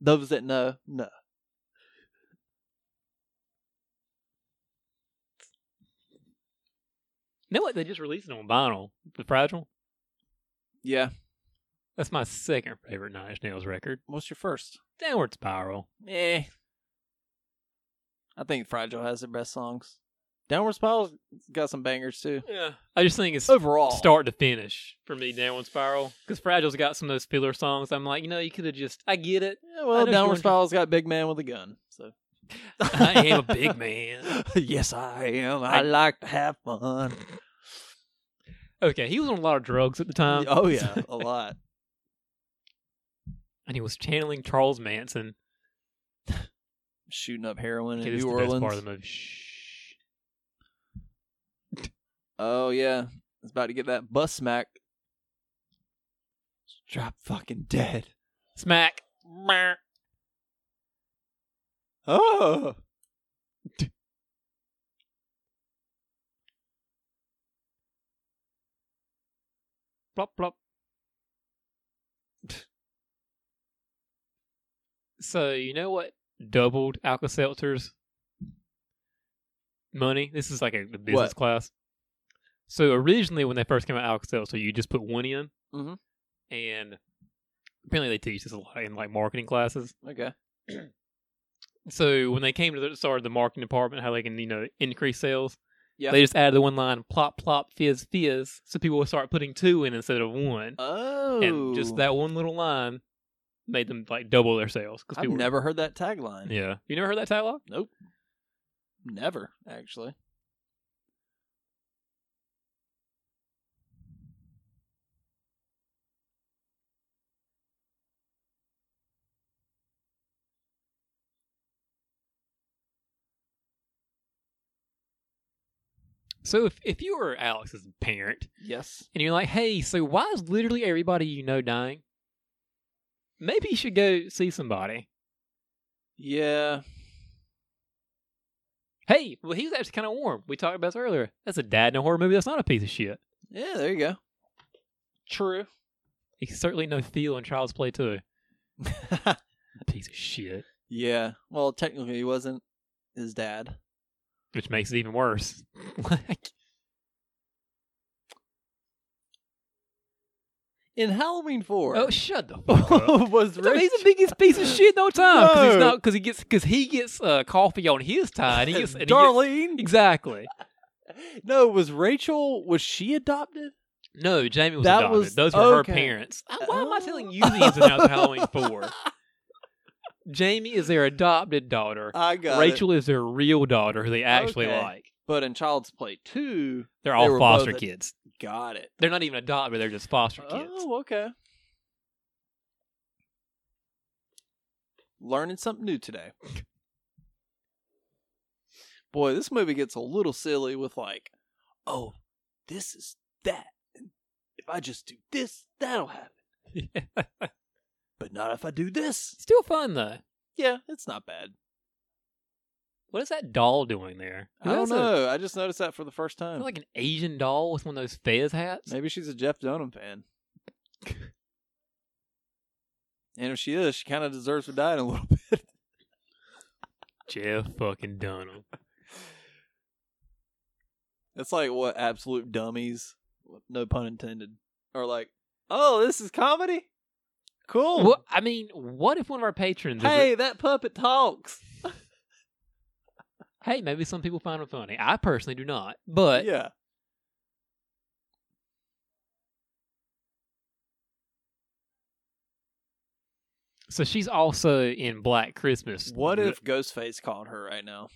Those that know, no. You know what? They just released it on vinyl. The Fragile. Yeah. That's my second favorite Nine Inch Nails record. What's your first? Downward Spiral. Eh. I think Fragile has the best songs. Downward Spiral's got some bangers too. Yeah. I just think it's Overall, start to finish for me. Downward Spiral because Fragile's got some of those filler songs. I'm like, you know, you could have just. I get it. Yeah, I well, know Downward Georgia. Spiral's got Big Man with a Gun. So I am a big man. yes, I am. I, I- like to have fun. Okay, he was on a lot of drugs at the time. oh yeah, a lot. and he was channeling Charles Manson. Shooting up heroin It in is New the Orleans. best part of the movie. Shh. Oh yeah, it's about to get that bus smack. Drop fucking dead. Smack. Oh, Plop plop. so you know what doubled Alka Seltzer's money? This is like a the business What? class. So originally, when they first came out, Alka Seltzer, you just put one in, Mhm. and apparently they teach this a lot in like marketing classes. okay. So when they came to the start of the marketing department, how they can you know increase sales, Yeah. they just added the one line plop plop fizz fizz, so people will start putting two in instead of one, Oh, and just that one little line made them like double their sales because I've people were- never heard that tagline. yeah you never heard that tagline Nope. Never actually. So if if you were Alex's parent Yes. and you're like, hey, so why is literally everybody you know dying? Maybe you should go see somebody. Yeah. Hey, well, he was actually kind of warm. We talked about this earlier. That's a dad in a horror movie. That's not a piece of shit. Yeah. There you go. True. He's certainly no Theo in Child's Play too. Piece of shit. Yeah. Well, technically, he wasn't his dad. Which makes it even worse. like, In Halloween 4, oh, shut the fuck up. was No, Rich. he's the biggest piece of shit no time because No. he's not because he gets because he gets uh, coffee on his time. He gets, and he gets Darlene. exactly. No, was Rachel, was she adopted? No, Jamie was That adopted. was- Those were okay. Oh. her parents. I- Uh, Why am I telling you the ins and outs of Halloween 4? Jamie is their adopted daughter. I got it. Rachel is their real daughter who they actually Okay. like. But in Child's Play 2, They're They all were both foster ad- kids. got it. They're not even adopted, they're just foster kids. Oh, okay. Learning something new today. Boy, this movie gets a little silly with like, oh, this is that. And if I just do this, that'll happen. But not if I do this. Still fun though. Yeah, it's not bad. What is that doll doing there? I don't That's a- know. I just noticed that for the first is time. that like an Asian doll with one of those fez hats. Maybe she's a Jeff Dunham fan. and if she is, she kind of deserves to die in a little bit. Jeff fucking Dunham. That's like what absolute dummies, no pun intended, are like. Oh, this is comedy. Cool. Well, I mean, what if one of our patrons? is a- Hey, that puppet talks. hey, maybe some people find it funny. I personally do not, but yeah. so she's also in Black Christmas. What if Ghostface called her right now?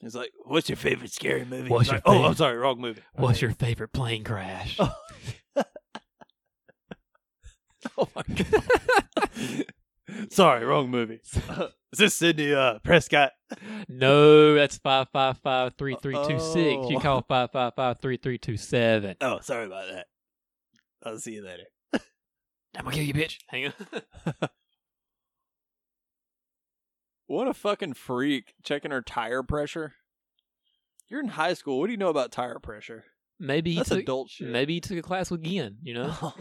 He's like, "What's your favorite scary movie?" What's He's your like, "Oh, I'm favorite- sorry, wrong movie." What's your favorite plane crash? Oh. Oh my god. sorry, wrong movie. is this Sydney uh, Prescott? no, that's five five five three three two six. Oh. You call five five five three three two seven. Oh, sorry about that. I'll see you later. I'm gonna kill you, bitch. Hang on. What a fucking freak checking her tire pressure. You're in high school. What do you know about tire pressure? Maybe he That's took, adult shit. maybe he took a class with Gien. You know,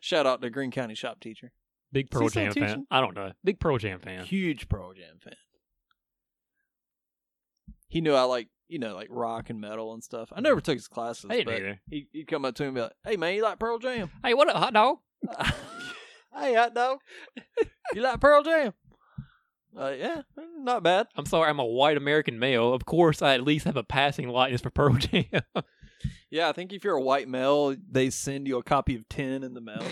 Shout out to Green County shop teacher. big Is he Pearl still Jam teaching? fan. I don't know. Big Pearl Jam fan. Huge Pearl Jam fan. He knew I like, you know, like rock and metal and stuff. I never took his classes, I didn't but either. he, he'd come up to me and be like, hey, man, you like Pearl Jam? Hey, what up, hot dog? hey, hot dog. you like Pearl Jam? Uh, yeah, not bad. I'm sorry, I'm a white American male. Of course, I at least have a passing likeness for Pearl Jam. Yeah, I think if you're a white male, they send you a copy of Ten in the mail.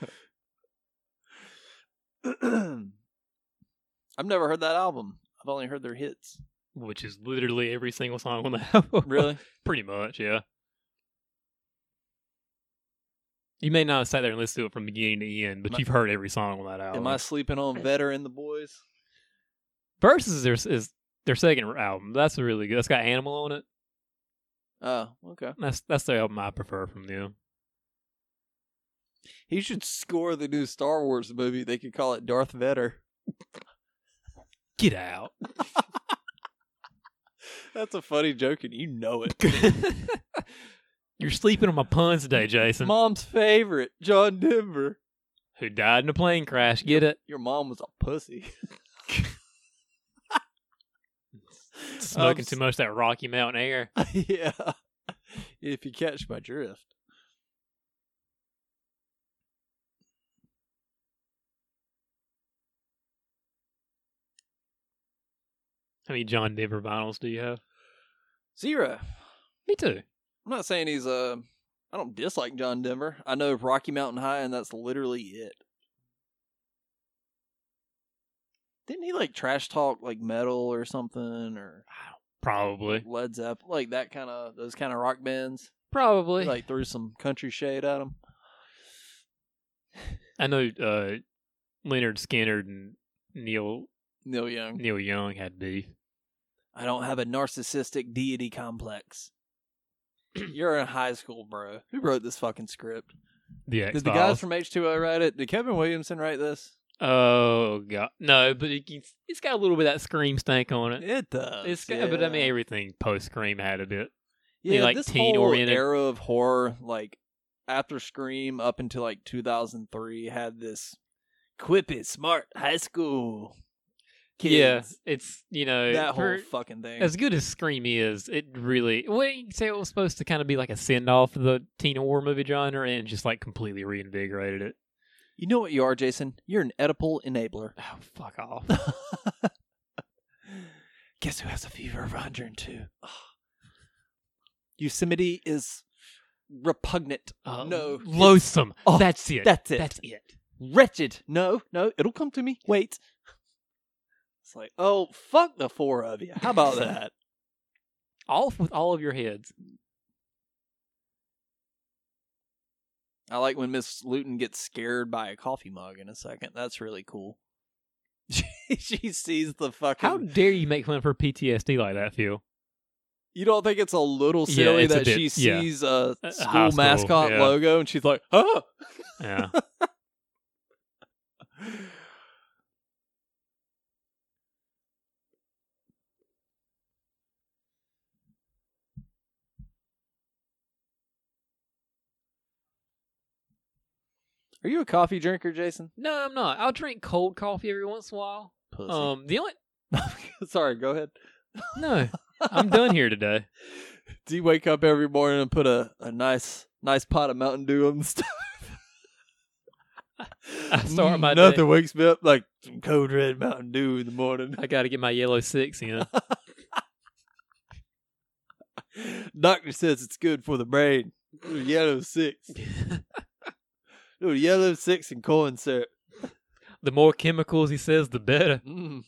I've never heard that album. I've only heard their hits. Which is literally every single song on the album. Pretty much, yeah. You may not have sat there and listened to it from beginning to end, but My- you've heard every song on that album. Am I sleeping on Veteran the Boys? Versus is their, is their second album. That's really good. That's got Animal on it. Oh, okay. That's that's the album I prefer from them. He should score the new Star Wars movie. They could call it Darth Vader. Get out. That's a funny joke, and you know it. You're sleeping on my puns today, Jason. Mom's favorite, John Denver. Who died in a plane crash. Get it? Your mom was a pussy. Smoking Um, too much of that Rocky Mountain air. yeah. If you catch my drift. How many John Denver vinyls do you have? Zero. Me too. I'm not saying he's Uh, I don't dislike John Denver. I know Rocky Mountain High, and that's literally it. Didn't he like trash talk like metal or something or Probably. Led Zeppelin, like that kind of those kind of rock bands? He, Probably. like threw some country shade at him. I know uh, Leonard Skinner and Neil Neil Young. Neil Young had beef. I don't have a narcissistic deity complex. You're in high school, bro. Who wrote this fucking script? The X Did the guys from H2O write it? Did Kevin Williamson write this? Oh god, no! But it, it's got a little bit of that scream stank on it. It does. It's got, but I mean everything post scream had a bit. yeah, like, this whole teen-oriented. era of horror, like after Scream up until like 2003, had this quippy, smart high school kids. Yeah, it's you know that whole for- fucking thing. as good as Scream is, it really well you can say it was supposed to kind of be like a send off of the teen horror movie genre, and it just like completely reinvigorated it. you know what you are, Jason? You're an edible enabler. Oh fuck off! Guess who has a fever of 102? Ugh. Yosemite is repugnant. Uh, no. Loathsome. Oh, that's it. that's it. That's it. Wretched. No, no, it'll come to me. Wait. It's like, oh, fuck the four of you. How about that? Off with all of your heads. I like when Miss Luton gets scared by a coffee mug in a second. That's really cool. she sees the fucking. How dare you make fun of her PTSD like that, Phil? You don't think it's a little Yeah, silly it's a that bit- she yeah. sees a A- a school high school, mascot yeah. logo and she's like, "Oh, Yeah. are you a coffee drinker, Jason?" no, I'm not. I'll drink cold coffee every once in a while. Pussy. Um, the only Sorry, go ahead. no, I'm done here today. Do you wake up every morning and put a, a nice nice pot of Mountain Dew on the stove? I start my nothing day- wakes me up like some code red Mountain Dew in the morning. I got to get my yellow six in. Doctor says it's good for the brain. Little yellow six, little yellow six, and corn syrup. the more chemicals he says, the better. Mm.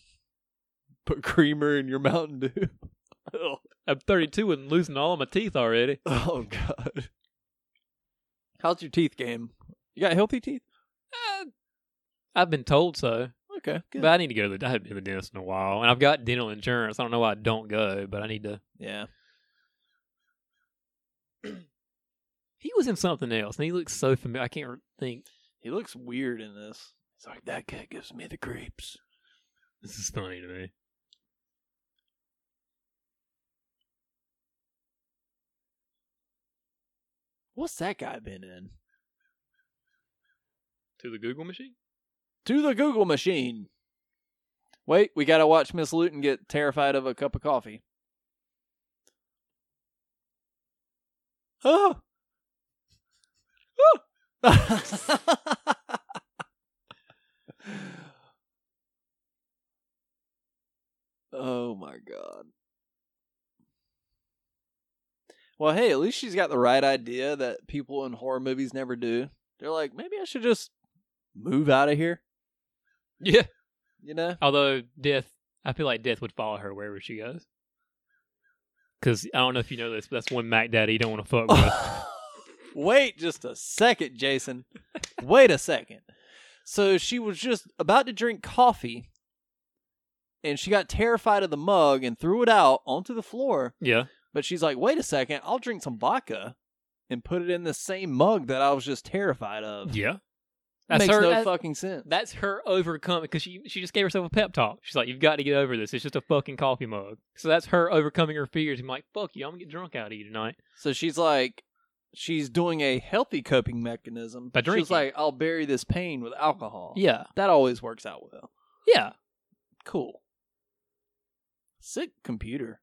Put creamer in your Mountain Dew. oh, I'm 32 and losing all of my teeth already. oh, God. How's your teeth game? You got healthy teeth? Uh, I've been told so, Okay, good. but I need to go to the. I haven't been to the dentist in a while, and I've got dental insurance. I don't know why I don't go, but I need to. yeah. He was in something else, and he looks so familiar. I can't re- think. He looks weird in this. He's like, that guy gives me the creeps. This is funny to me. What's that guy been in? To the Google machine. To the Google machine. Wait, we gotta watch Miss Luton get terrified of a cup of coffee. Oh! Oh! oh my god. Well, hey, at least she's got the right idea that people in horror movies never do. They're like, maybe I should just move out of here, Yeah. you know? Although death, I feel like death would follow her wherever she goes. Because I don't know if you know this, but that's one Mac Daddy you don't want to fuck with. Wait just a second, Jason. Wait a second. So she was just about to drink coffee and she got terrified of the mug and threw it out onto the floor. yeah. But she's like, wait a second, I'll drink some vodka and put it in the same mug that I was just terrified of. Yeah. That's Makes her. no that's, fucking sense. that's her overcoming because she she just gave herself a pep talk. She's like, "You've got to get over this. It's just a fucking coffee mug." So that's her overcoming her fears. and like, "Fuck you. I'm gonna get drunk out of you tonight." So she's like, she's doing a healthy coping mechanism. By drinking. She's like, I'll bury this pain with alcohol. Yeah. That always works out well. Yeah. Cool. Sick computer.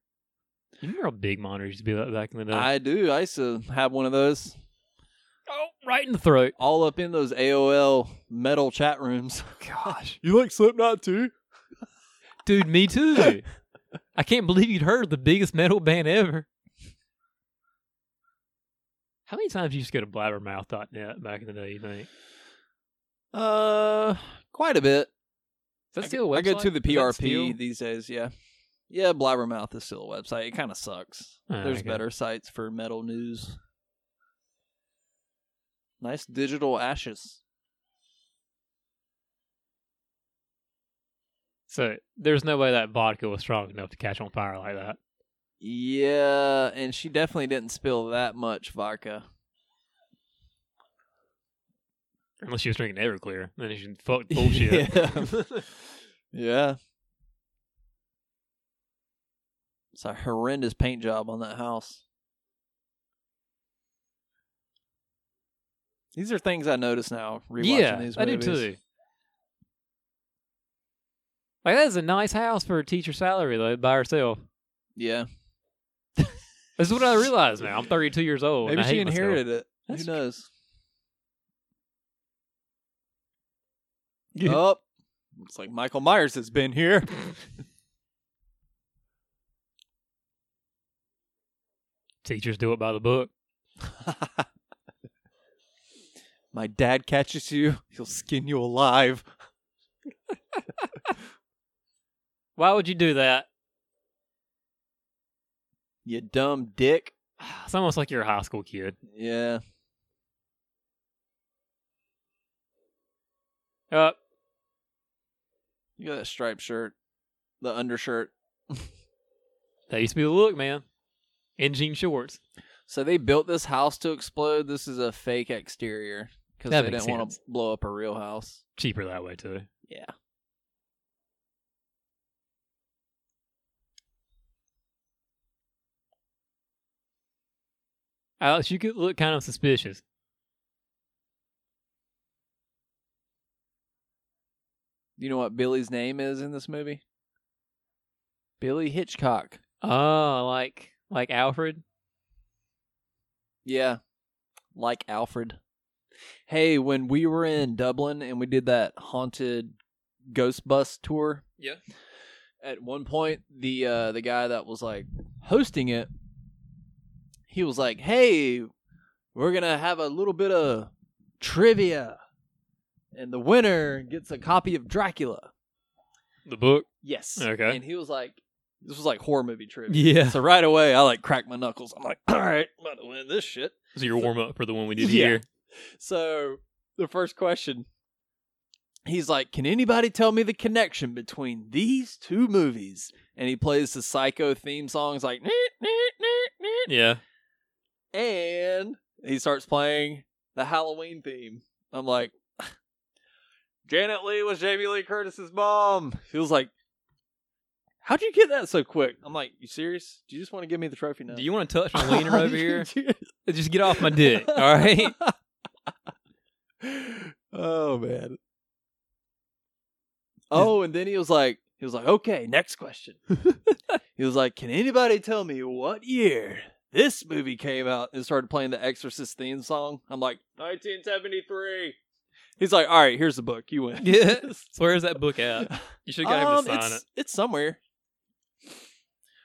You remember how big monitors used to be like back in the day? I do. I used to have one of those oh, right in the throat. all up in those AOL metal chat rooms. Gosh, You like Slipknot too? dude, me too. I can't believe you'd heard of the biggest metal band ever. How many times you used to go to blabbermouth.net back in the day? You think Uh, quite a bit. is that I still go- a website? I go to the Is that still- PRP these days. Yeah, yeah. Blabbermouth is still a website. It kind of sucks. Ah, There's okay. better sites for metal news. Nice digital ashes. So there's no way that vodka was strong enough to catch on fire like that. Yeah, and she definitely didn't spill that much vodka. Unless she was drinking Everclear, then she fucked bullshit. Yeah. yeah. It's a horrendous paint job on that house. These are things I notice now rewatching Yeah, these movies. I do too. Like that is a nice house for a teacher salary though, by herself. Yeah, This is what I realize now. I'm 32 years old. and maybe I she hate myself. inherited it. That's- Who knows? Yeah. Oh, it's like Michael Myers has been here. Teachers do it by the book. My dad catches you, he'll skin you alive. Why would you do that? You dumb dick. It's almost like you're a high school kid. Yeah. Uh, You got that striped shirt, the undershirt. that used to be the look, man. In jean shorts. So they built this house to explode. This is a fake exterior because That they makes didn't want to sense. blow up a real house. Cheaper that way, too. Yeah. Alex, you could look kind of suspicious. You know what Billy's name is in this movie? Billy Hitchcock. Oh, like like Alfred? Yeah. Like Alfred. Hey, when we were in Dublin and we did that haunted ghost bus tour. Yeah. At one point, the uh the guy that was like hosting it, he was like, "Hey, we're going to have a little bit of trivia." And the winner gets a copy of Dracula. The book? Yes. Okay. And he was like, this was like horror movie trivia. Yeah. So right away, I like crack my knuckles. I'm like, all right, I'm about to win this shit. So your warm up for the one we did did Yeah. here. So the first question, he's like, "Can anybody tell me the connection between these two movies?" And he plays the Psycho theme songs like, "Neet, neet, neet, neet," Yeah. and he starts playing the Halloween theme. I'm like, Janet Lee was Jamie Lee Curtis's mom. He was like, "How'd you get that so quick?" I'm like, "You serious? Do you just want to give me the trophy now?" Do you want to touch my wiener over here? here? Just get off my dick, all right? oh man. Oh, and then he was like, he was like, okay, next question. he was like, can anybody tell me what year this movie came out and started playing the Exorcist theme song? I'm like, 1973. He's like, all right, here's the book. You win. Yeah. So where's that book at? You should have got him Um, to sign it's, it's somewhere.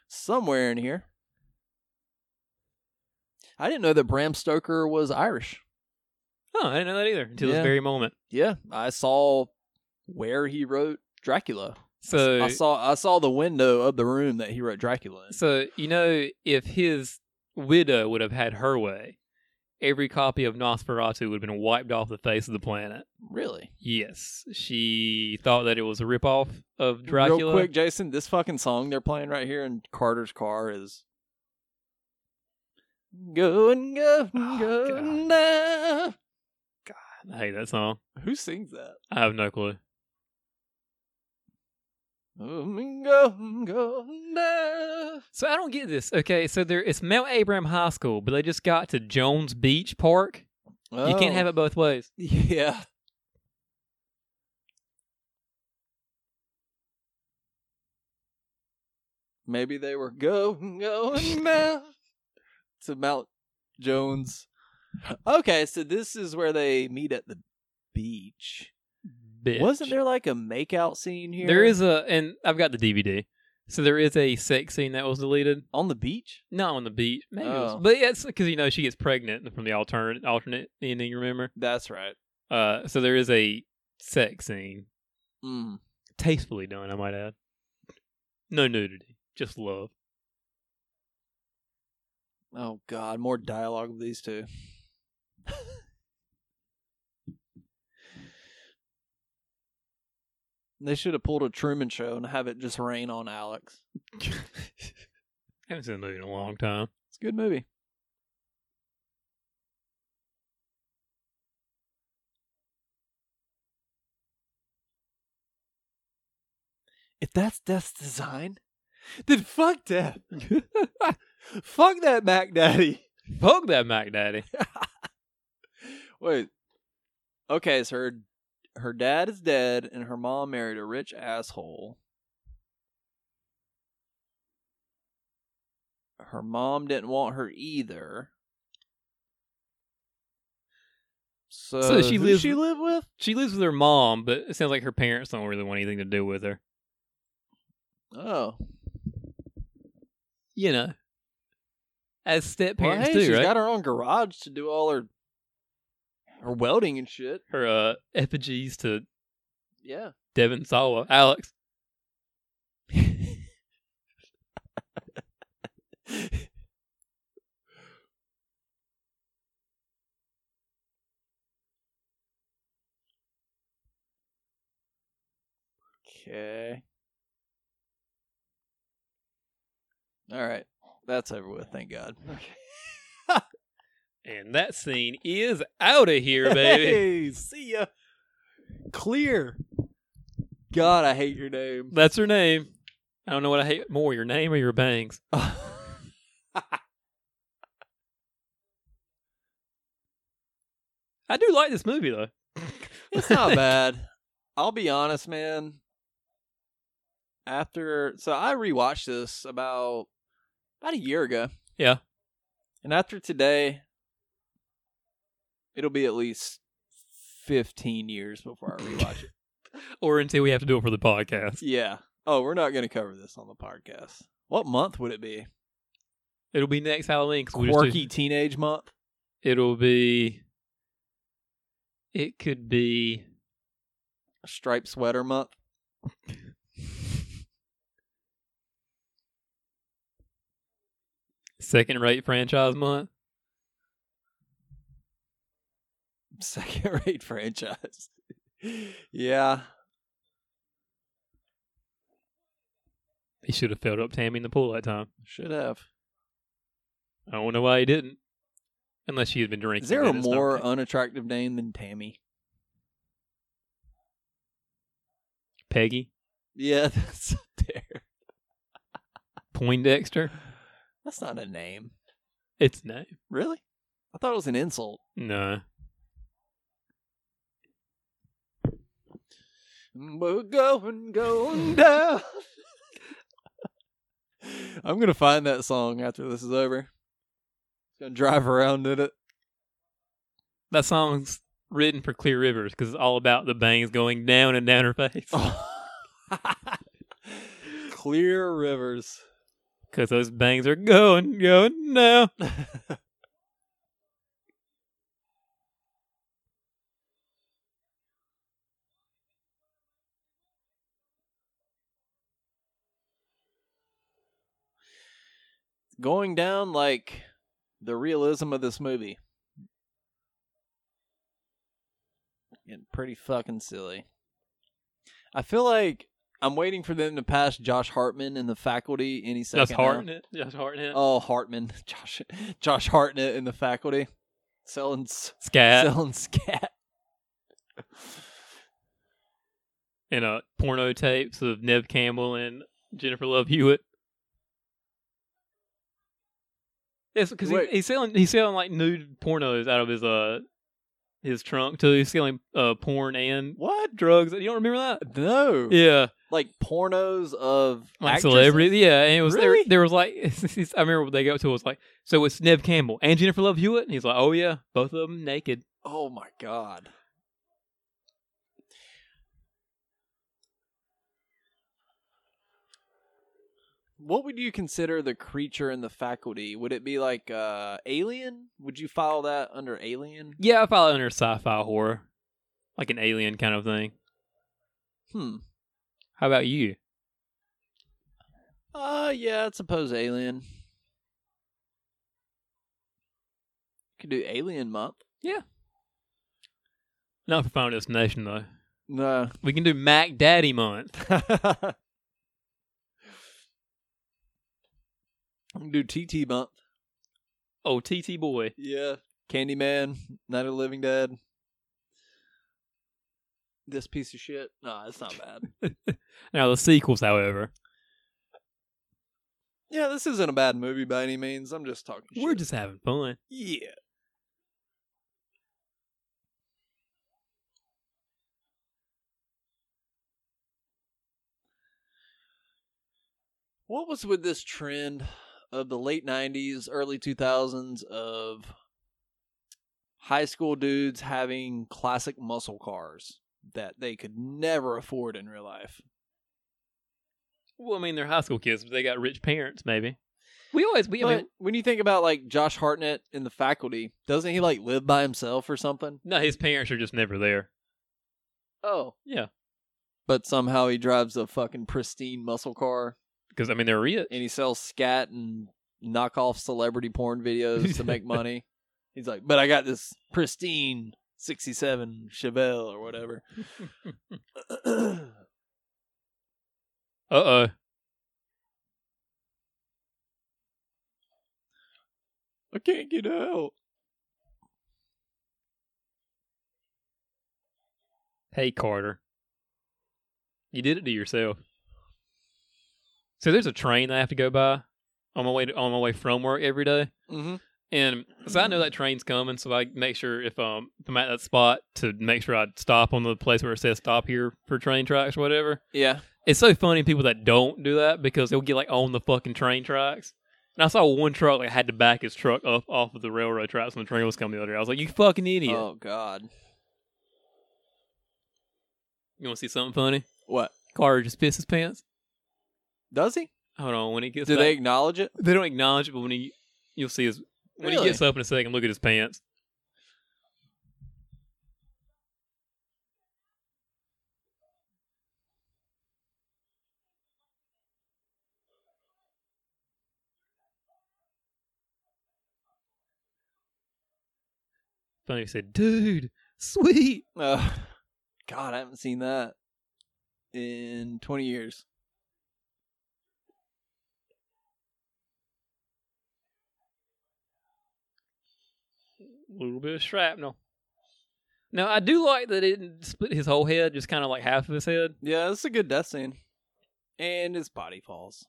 Somewhere in here. I didn't know that Bram Stoker was Irish. it. Oh, I didn't know that either until Yeah. this very moment. Yeah, I saw where he wrote Dracula. So I saw I saw the window of the room that he wrote Dracula in. So, you know, if his widow would have had her way, every copy of Nosferatu would have been wiped off the face of the planet. Really? Yes. She thought that it was a ripoff of Real Dracula. quick, Jason, this fucking song they're playing right here in Carter's car is Go and go and Oh, go now. I hate that song. Who sings that? I have no clue. Go and go and go now. So I don't get this. Okay, so there it's Mount Abraham High School, but they just got to Jones Beach Park. You can't Oh. have it both ways. Yeah. Maybe they were going, going now to Mount Jones. Okay, so this is where they meet at the beach. Bitch. Wasn't there like a makeout scene here? There is a, and I've got the DVD. So there is a sex scene that was deleted. on the beach. Not on the beach, maybe. It was, Oh. but yeah, it's because you know she gets pregnant from the alternate alternate ending. Remember? That's right. Uh, so there is a sex scene, Mm. tastefully done, I might add. No nudity, just love. Oh God, more dialogue of these two. they should have pulled a Truman Show and have it just rain on Alex. haven't seen the movie in a long time. It's a good movie. If that's death's design, then fuck death. fuck that Mac Daddy. Fuck that Mac Daddy. Wait. Okay, so her her dad is dead and her mom married a rich asshole. Her mom didn't want her either. So, So she who lives- she live with? She lives with her mom, but it sounds like her parents don't really want anything to do with her. Oh. You know, as step Well, parents hey, do, she's right? got her own garage to do all her her welding and shit. her uh, effigies to Yeah. Devin Sawa, Alex. Okay. All right. That's over with, thank God. And that scene is out of here, baby. Hey, see ya. Clear. God, I hate your name. That's her name. I don't know what I hate more, your name or your bangs. I do like this movie though. it's not bad. I'll be honest, man. After so I rewatched this about about a year ago. Yeah. And after today, it'll be at least fifteen years before I rewatch it. Or until we have to do it for the podcast. yeah. Oh, we're not gonna cover this on the podcast. What month would it be? It'll be next Halloween. 'cause we just do- Quirky teenage month? it'll be. It could be. Striped sweater month? Second rate franchise month. Second rate franchise. yeah. He should have filled up Tammy in the pool that time. Should have. I don't know why he didn't. Unless she had been drinking. Is there a and it's not- more unattractive name than Tammy? Peggy Yeah, that's there. uh, Poindexter? That's not a name. It's no, Really? I thought it was an insult. no. We're going, going down. I'm gonna find that song after this is over. Gonna drive around in it. That song's written for Clear Rivers because it's all about the bangs going down and down her face. Oh. Clear rivers. Because those bangs are going, going now. Going down like the realism of this movie. Getting pretty fucking silly. I feel like I'm waiting for them to pass Josh Hartman in the faculty any second. That's now. Hartnett. That's Hartnett. Oh, Hartman, Josh, Josh Hartnett in the faculty, selling s- Scat selling scat. and uh, porno tapes of Nev Campbell and Jennifer Love Hewitt. Yes, because he, Wait. he's selling he's selling like nude pornos out of his uh his trunk too. He's selling uh porn and What? drugs. You don't remember that? No, Yeah. like pornos of like actresses? celebrity. Yeah, and it was Really? there. There was like I remember they go to was like, so it's Nev Campbell and Jennifer Love Hewitt, and he's like, oh yeah, both of them naked. Oh my god. What would you consider the creature in the faculty? Would it be like uh alien? Would you file that under alien? Yeah, I follow under sci-fi horror, like an alien kind of thing. Hmm. How about you? Uh yeah, I'd suppose alien. Could do alien month. Not for Final Destination though. No. We can do Mac Daddy Month. I can do TT month. Oh, TT boy. Yeah. Candyman, Night of the Living Dead. This piece of shit. Nah, it's not bad. Now the sequels, however, yeah, this isn't a bad movie by any means. I'm just talking we're shit. just having fun. Yeah. What was with this trend of the late 90s, early 2000s of high school dudes having classic muscle cars that they could never afford in real life? Well, I mean, they're high school kids, but they got rich parents, maybe. We always we I mean, But when you think about like Josh Hartnett in the faculty, doesn't he like live by himself or something? no, his parents are just never there. Oh. Yeah. But somehow he drives a fucking pristine muscle car Because I mean they're rich. and he sells scat and knockoff celebrity porn videos to make money. He's like, but I got this pristine 67 Chevelle or whatever. Mm-hmm. Uh oh. I can't get out. Hey Carter. You did it to yourself. So there's a train I have to go by on my way to, on my way from work every day. Mm-hmm. And so I know that train's coming, so I make sure if um if I'm at that spot to make sure I stop on the place where it says stop here for train tracks, whatever. Yeah. It's so funny people that don't do that because they'll get like on the fucking train tracks. And I saw one truck like had to back his truck up off of the railroad tracks when the train was coming the other. way. I was like, "You fucking idiot! Oh, God. You want to see something funny? What? Carter just pissed his pants. Does he? Hold on, when he gets Do back- they acknowledge it? they don't acknowledge it, but when he you'll see his when Really? he gets up in a second, look at his pants. Funny he said, "Dude, sweet." Uh, God, I haven't seen that in 20 years. little bit of shrapnel. Now I do like that it didn't split his whole head, just kind of like half of his head. Yeah, this is a good death scene. And his body falls.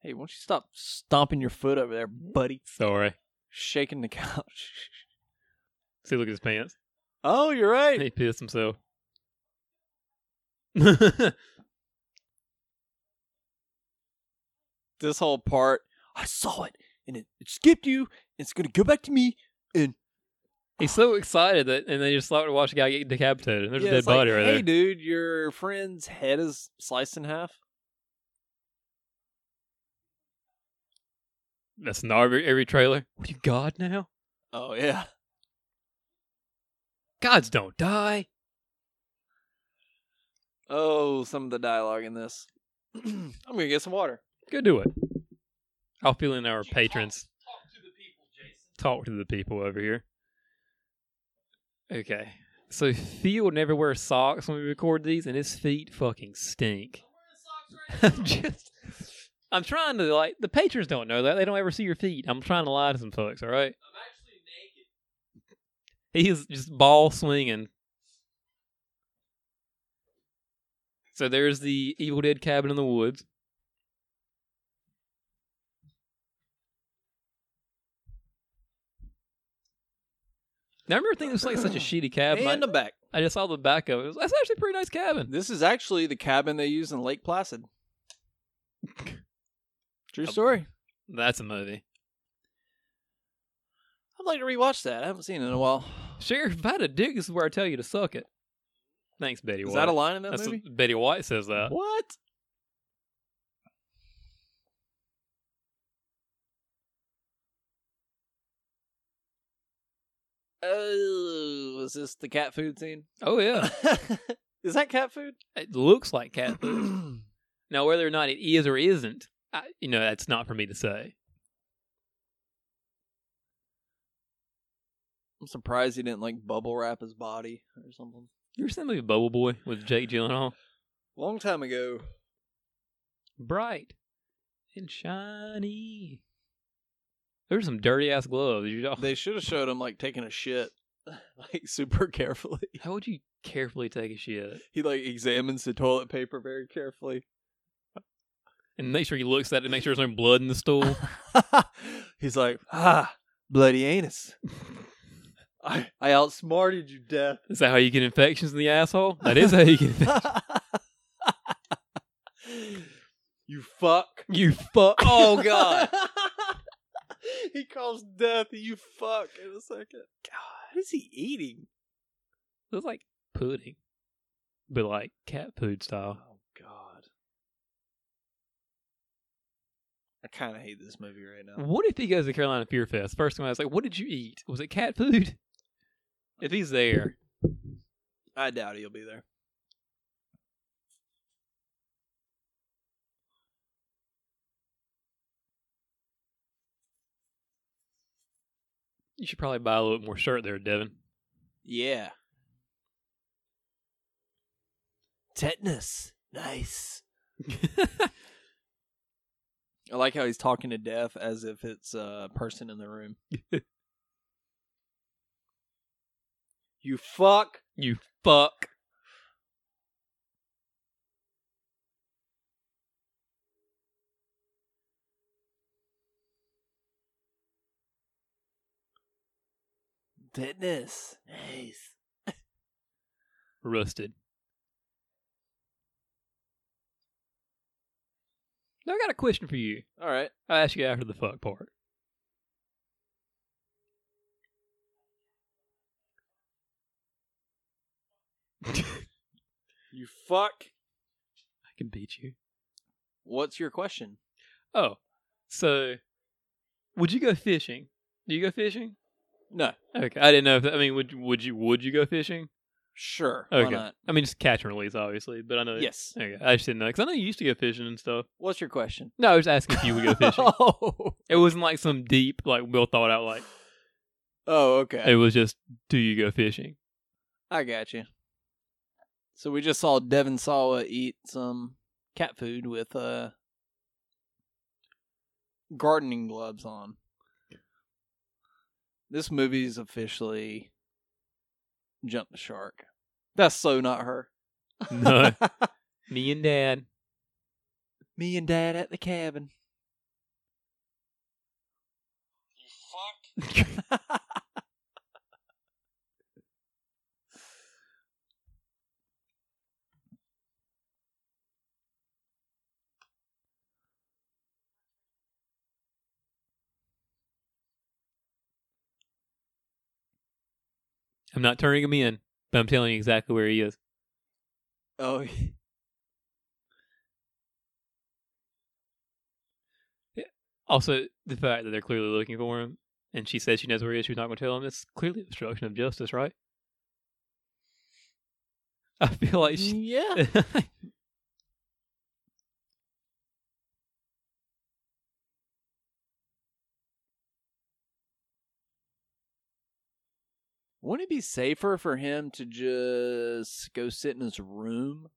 Hey, won't you stop stomping your foot over there, buddy? Sorry. Shaking the couch. See, look at his pants. Oh, you're right. He pissed himself. That's This whole part, I saw it, and it, it skipped you. and It's gonna go back to me. He's so excited that, and they just like to watch a guy get decapitated. and There's Yeah, a dead it's like, body right hey, there. dude, your friend's head is sliced in half. That's in every, every trailer. What Are you God now? Oh yeah. Gods don't die. Oh, some of the dialogue in this. I'm gonna get some water. Go do it. I'll fill in our patrons. Talk to the people over here. Okay. So Field never wears socks when we record these, and his feet fucking stink. I'm just. I'm trying to like the patrons don't know that they don't ever see your feet. I'm trying to lie to some folks. All right. He is just ball swinging. So there's the Evil Dead cabin in the woods. Now, I remember thinking this was like such a shitty cabin. and I, the back. I just saw the back of it. It was- That's actually a pretty nice cabin. This is actually the cabin they use in Lake Placid. True story. That's a movie. I'd like to rewatch that. I haven't seen it in a while. Sheriff, if I had a dick, this is where I tell you to suck it. Thanks, Betty Is White. that a line in that That's movie? Betty White says that. What? Oh, is this the cat food scene? Oh yeah, is that cat food? it looks like cat food. Now, whether or not it is or isn't, I, you know, that's not for me to say. I'm surprised he didn't like bubble wrap his body or something. You ever seen the movie Bubble Boy with Jake Gyllenhaal? Long time ago. Bright and shiny. There's some dirty ass gloves. You don't- They should have showed him like taking a shit like super carefully. How would you carefully take a shit He like examines the toilet paper very carefully. and make sure he looks at it, make sure there's no blood in the stool? He's like, ah, bloody anus. I, I outsmarted you, death. is that how you get infections in the asshole? That is how you get. you fuck. you fuck. Oh god. he calls death you fuck in a second. God, what is he eating? It was like pudding. but like cat food style. Oh God. I kind of hate this movie right now. What if he goes to Carolina Fear Fest? First thing I was like, what did you eat? Was it cat food? If he's there, I doubt he'll be there. you should probably buy a little bit more shirt there, Devin. Yeah. Tetanus. Nice. I like how he's talking to death as if it's a person in the room. You fuck. You fuck. Tetanus. Nice. Rusted. Now I got a question for you. All right. I'll ask you after the fuck part. You fuck. I can beat you. What's your question? Oh, so would you go fishing? Do you go fishing? No. Okay, I didn't know. If that, I mean, would would you would you go fishing? Sure. Why Okay. not? I mean, just catch and release, obviously. But I know. Yes. Okay, I just didn't know because I know you used to go fishing and stuff. What's your question? No, I was asking if you would go fishing. oh. it wasn't like some deep, like well thought out. Like Oh, okay. it was just, do you go fishing? I got you. So we just saw Devin Sawa eat some cat food with uh gardening gloves on. This movie's officially jumped the shark. That's so not her. No, me and Dad. Me and Dad at the cabin. You fuck. I'm not turning him in, but I'm telling you exactly where he is. oh, Also, the fact that they're clearly looking for him, and she says she knows where he is, she's not going to tell him. It's clearly obstruction of justice, right? I feel like she, yeah. Wouldn't it be safer for him to just go sit in his room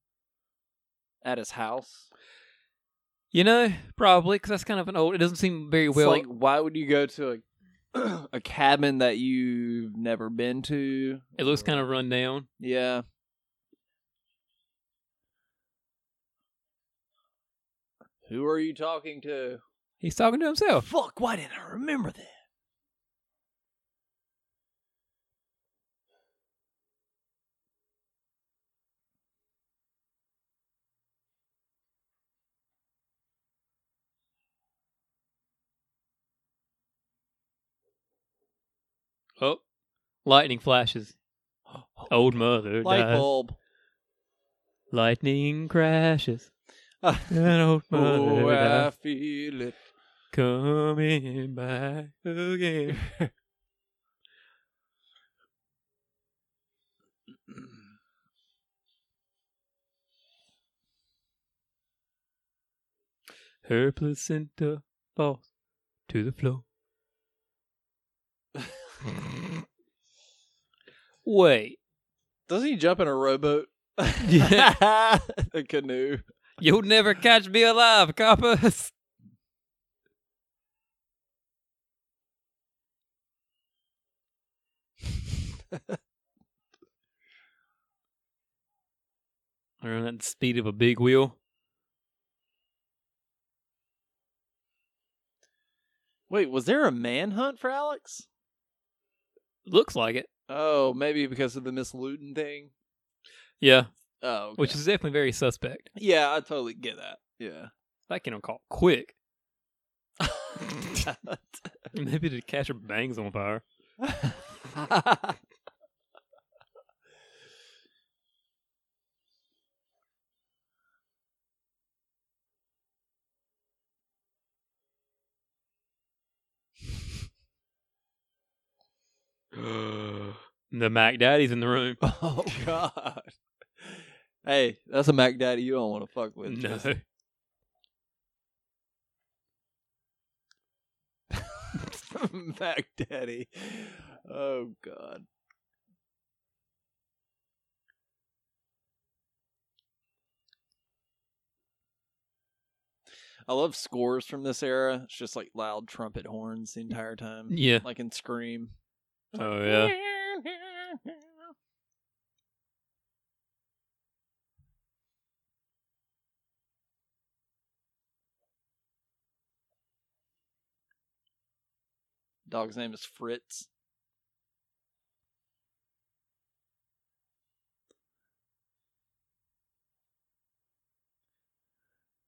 at his house? you know, probably because that's kind of an old. It doesn't seem very It's well. like, why would you go to a, a cabin that you've never been to? it looks kind of run down. Yeah. Who are you talking to? He's talking to himself. Fuck, why didn't I remember that? Oh, lightning flashes. Old mother Light dies. bulb. Lightning crashes. Ah. An old mother Oh, I dies. feel it. coming back again. Her placenta falls to the floor. Wait, Doesn't he jump in a rowboat? Yeah. a canoe. you'll never catch me alive, coppers. They're on at the speed of a big wheel. Wait, was there a manhunt for Alex? Looks like it. Oh, maybe because of the Miss Luton thing. Yeah, Oh, okay. which is definitely very suspect. yeah, I totally get that. Yeah. That can call quick. Maybe to catch her bangs on fire. the Mac Daddy's in the room. Oh God. hey, that's a Mac Daddy you don't want to fuck with. No. Tristan. Mac Daddy. Oh God. I love scores from this era. It's just like loud trumpet horns the entire time. Yeah. Like in Scream. Oh yeah. Dog's name is Fritz.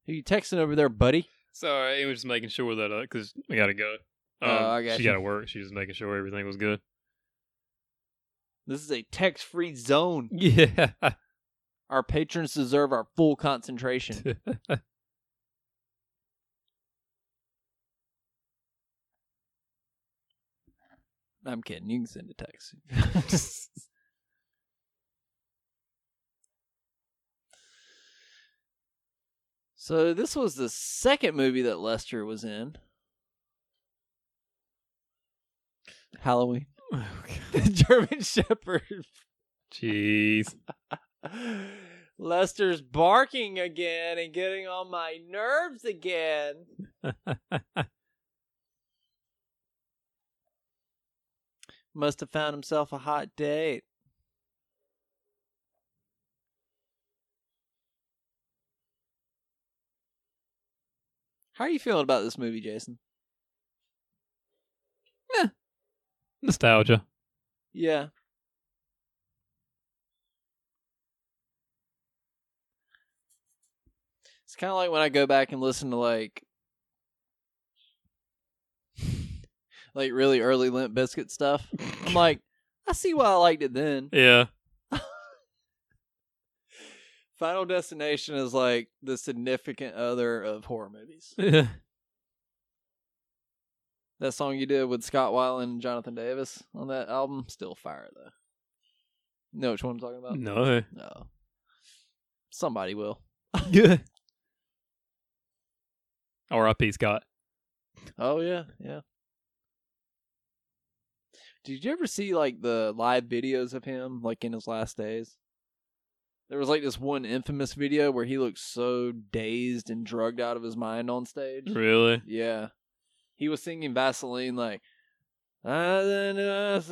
Who you texting over there, buddy? Sorry, uh, it was just making sure that because we gotta go. Oh, Um, I got she she you. gotta gotta work. She's just making sure everything was good. This is a text-free zone. Yeah. Our patrons deserve our full concentration. I'm kidding. You can send a text. So this was the second movie that Lester was in. Halloween. Oh, The German Shepherd. Jeez. Lester's barking again and getting on my nerves again. Must have found himself a hot date. How are you feeling about this movie, Jason? Nostalgia. Yeah. It's kind of like when I go back and listen to like like really early Limp Biscuit stuff. I'm like, I see why I liked it then. Yeah. Final Destination is like the significant other of horror movies. Yeah. That song you did with Scott Weiland and Jonathan Davis on that album, still fire though. You know which one I'm talking about? No. No. Somebody will. Yeah. R.I.P. Scott. Oh yeah, yeah. Did you ever see like the live videos of him like in his last days? There was like this one infamous video where he looked so dazed and drugged out of his mind on stage. Really? Yeah. He was singing Vaseline like Was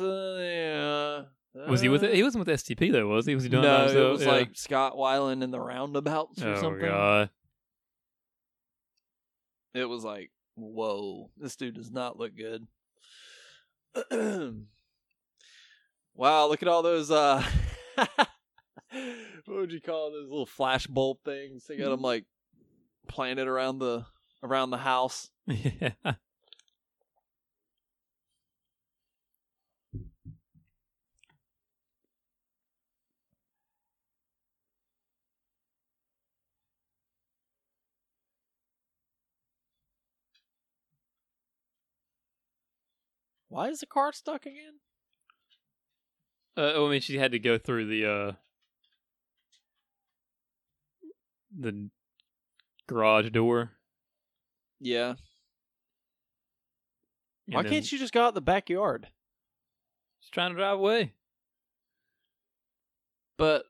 Was he with it? He wasn't with STP though, was he? Was he doing uh, No, that it himself? was Yeah. like Scott Weiland and the Roundabouts or oh something. god. it was like, whoa, this dude does not look good. wow, look at all those. uh What would you call those little flash bulb things? They got them like planted around the around the house. Yeah. Why is the car stuck again? Uh, oh, I mean, she had to go through the uh, the garage door. Yeah. Why can't you just go out the backyard? She's trying to drive away. But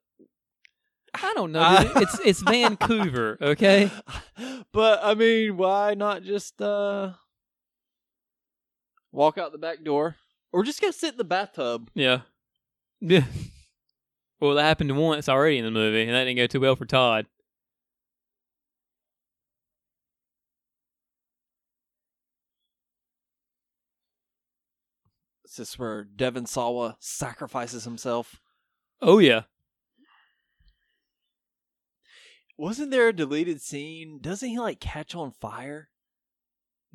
I don't know, know. dude. it's it's Vancouver, okay? but I mean, why not just uh walk out the back door or just go sit in the bathtub? Yeah. Yeah. Well, that happened once already in the movie, and that didn't go too well for Todd. This is where Devon Sawa sacrifices himself. Oh yeah. Wasn't there a deleted scene? Doesn't he like catch on fire?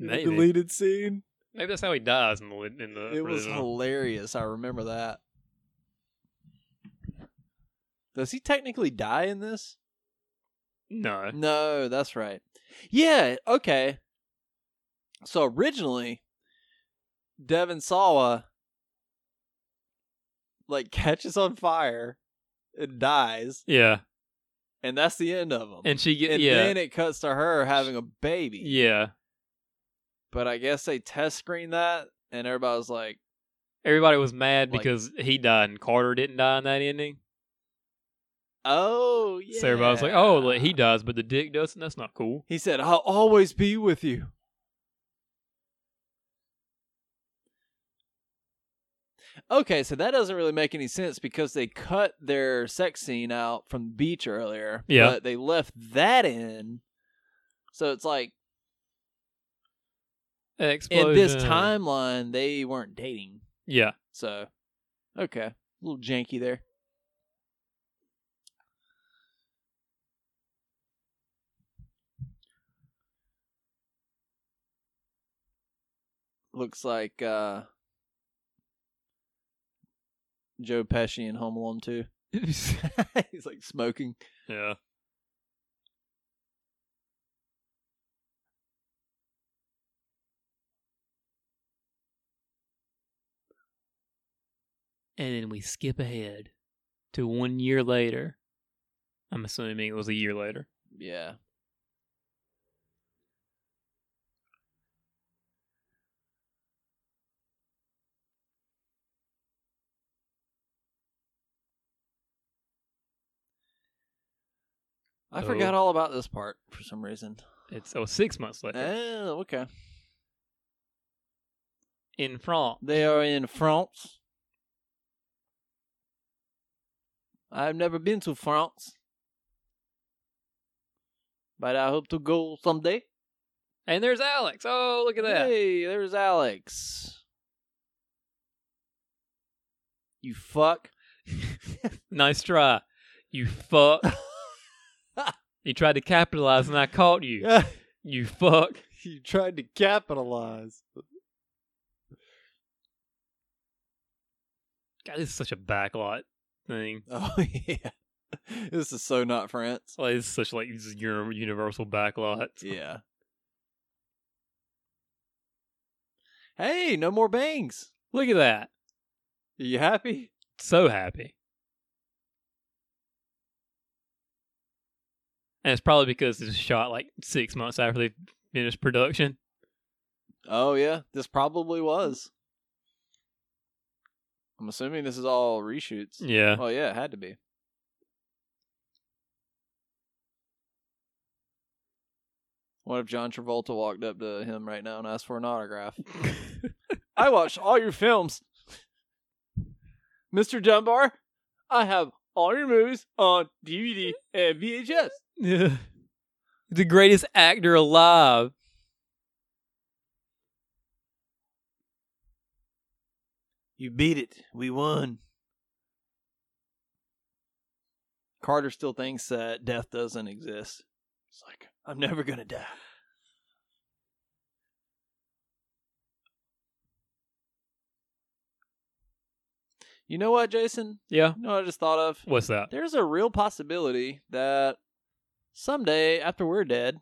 in the Maybe. deleted scene. Maybe that's how he dies in the in the. it was original. hilarious. I remember that. Does he technically die in this? no. No, that's right. Yeah, okay. So originally, Devin Sawa like catches on fire and dies, Yeah, and that's the end of them. and she get And yeah then it cuts to her having a baby. yeah. But I guess they test screened that, and everybody was like, Everybody was mad Like- because he died and Carter didn't die in that ending. "Oh yeah." So everybody was like, "Oh, like, he dies, but the dick doesn't. That's not cool." He said, "I'll always be with you." Okay, so that doesn't really make any sense because they cut their sex scene out from the beach earlier. Yeah. But they left that in. So it's like Explosion. in this timeline they weren't dating. yeah, So okay. A little janky there. Looks like uh Joe Pesci in Home Alone too. He's like smoking. yeah. And then we skip ahead to one year later. I'm assuming it was a year later. Yeah. I Oh. forgot all about this part for some reason. It's oh six months later Oh, okay. in France. They are in France. I've never been to France. But I hope to go someday. And there's Alex. Oh, look at that. Hey, there's Alex. You fuck. Nice try. You fuck. you tried to capitalize and I caught you. You fuck. you tried to capitalize. God, this is such a backlot thing. Oh yeah. This is so not France. Like, this is such like this is your universal backlot. Yeah. Hey, no more bangs. Look at that. Are you happy? So happy. And it's probably because this was shot like six months after they finished production. Oh yeah. This probably was. I'm assuming this is all reshoots. Yeah. Oh yeah, it had to be. What if John Travolta walked up to him right now and asked for an autograph? I watched all your films. Mr. Dunbar, I have all your movies on DVD and VHS. the greatest actor alive. You beat it. We won. Carter still thinks that death doesn't exist. It's like, I'm never going to die. You know what, Jason? Yeah. You know what I just thought of? What's that? There's a real possibility that someday after we're dead,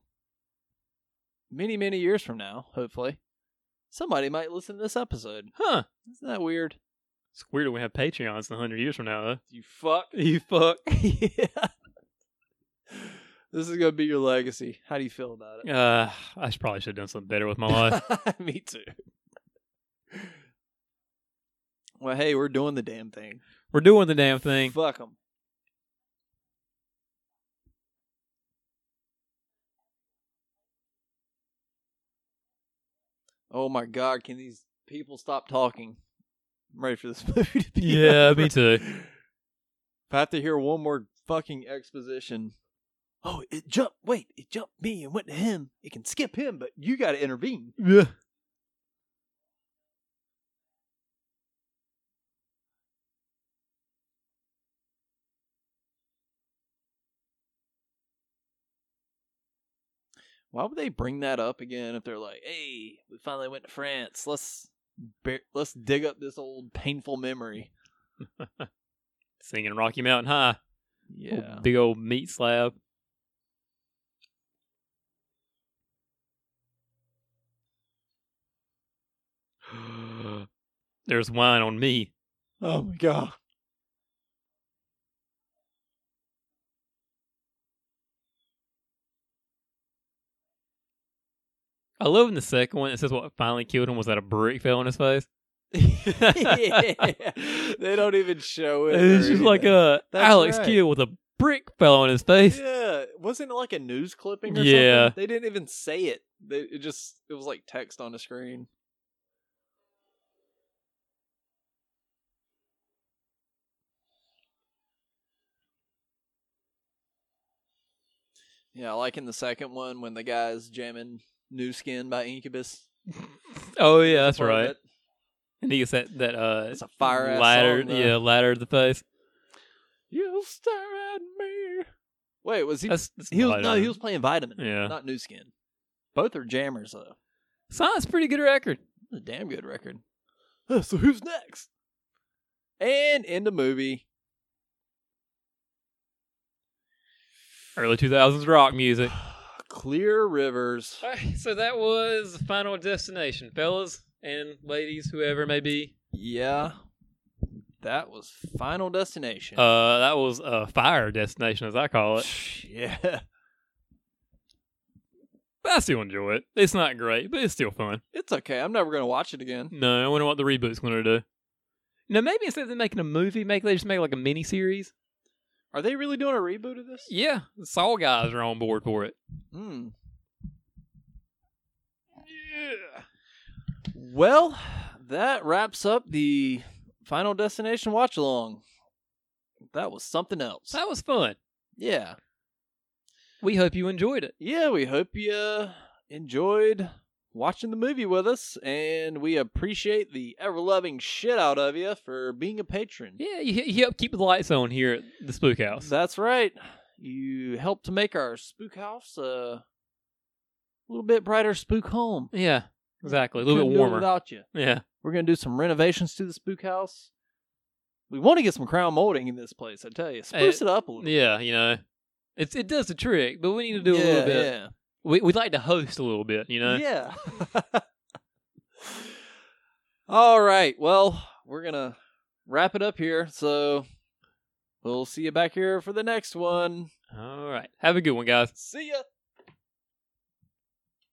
many, many years from now, hopefully, somebody might listen to this episode. Huh. Isn't that weird? It's weird we have Patreons in 100 years from now, though. You fuck. You fuck. yeah. This is gonna be your legacy. How do you feel about it? Uh, I should- probably should have done something better with my life. Me too. Well, hey, we're doing the damn thing. We're doing the damn thing. Fuck them. Oh my god, can these people stop talking? I'm ready for this movie to be Yeah, over. me too. If I have to hear one more fucking exposition. Oh, it jumped. Wait, it jumped me and went to him. It can skip him, but you got to intervene. Yeah. Why would they bring that up again if they're like, "Hey, we finally went to France. Let's bar- let's dig up this old painful memory." Singing Rocky Mountain High. Oh, Old Yeah. big old meat slab. There's wine on me. Oh my god. I love in the second one. It says what finally killed him was that a brick fell on his face. yeah, they don't even show it. And it's or just like anything. uh, That's Alex right. killed with a brick fell on his face. Yeah, wasn't it like a news clipping? Or Yeah. something? they didn't even say it. They, it just it was like text on the screen. Yeah, like in the second one when the guy's jamming "New Skin" by Incubus. Oh yeah, that's Part of right. it. And he gets that that uh, It's a fire-ass ladder. song, though. yeah, ladder to the face. You stare at me. Wait, was he? That's, that's he was light no, on he it. was playing Vitamin, Yeah. not New Skin. Both are jammers though. Sounds pretty good record. A damn good record. Uh, So who's next? And in the movie, Early two thousands rock music. Clear Rivers. so that was Final Destination, fellas and ladies, whoever it may be. Yeah, that was Final Destination. Uh, that was uh, Fire Destination, as I call it. yeah, But I still enjoy it. It's not great, but it's still fun. it's okay. I'm never gonna watch it again. No, I wonder what the reboot's going to do. Now, maybe instead of them making a movie, make they just make like a mini series. Are they really doing a reboot of this? Yeah, the Saw guys are on board for it. Hmm. Well, that wraps up the Final Destination watch along. That was something else. That was fun. Yeah. We hope you enjoyed it. yeah, we hope you uh, enjoyed watching the movie with us, and we appreciate the ever loving shit out of you for being a patron. Yeah, you, you helped keep the lights on here at the Spook House. That's right. You helped to make our spook house uh, a little bit brighter spook home. yeah, exactly. A little Couldn't bit do it warmer. without you. Yeah. We're gonna do some renovations to the spook house. We want to get some crown molding in this place. I tell you, spruce Eh, it up a little. Yeah, you know. It's, it does the trick, but we need to do a little bit. We, we'd like to host a little bit, you know? Yeah. All right. Well, we're going to wrap it up here. So we'll see you back here for the next one. All right. Have a good one, guys. See ya.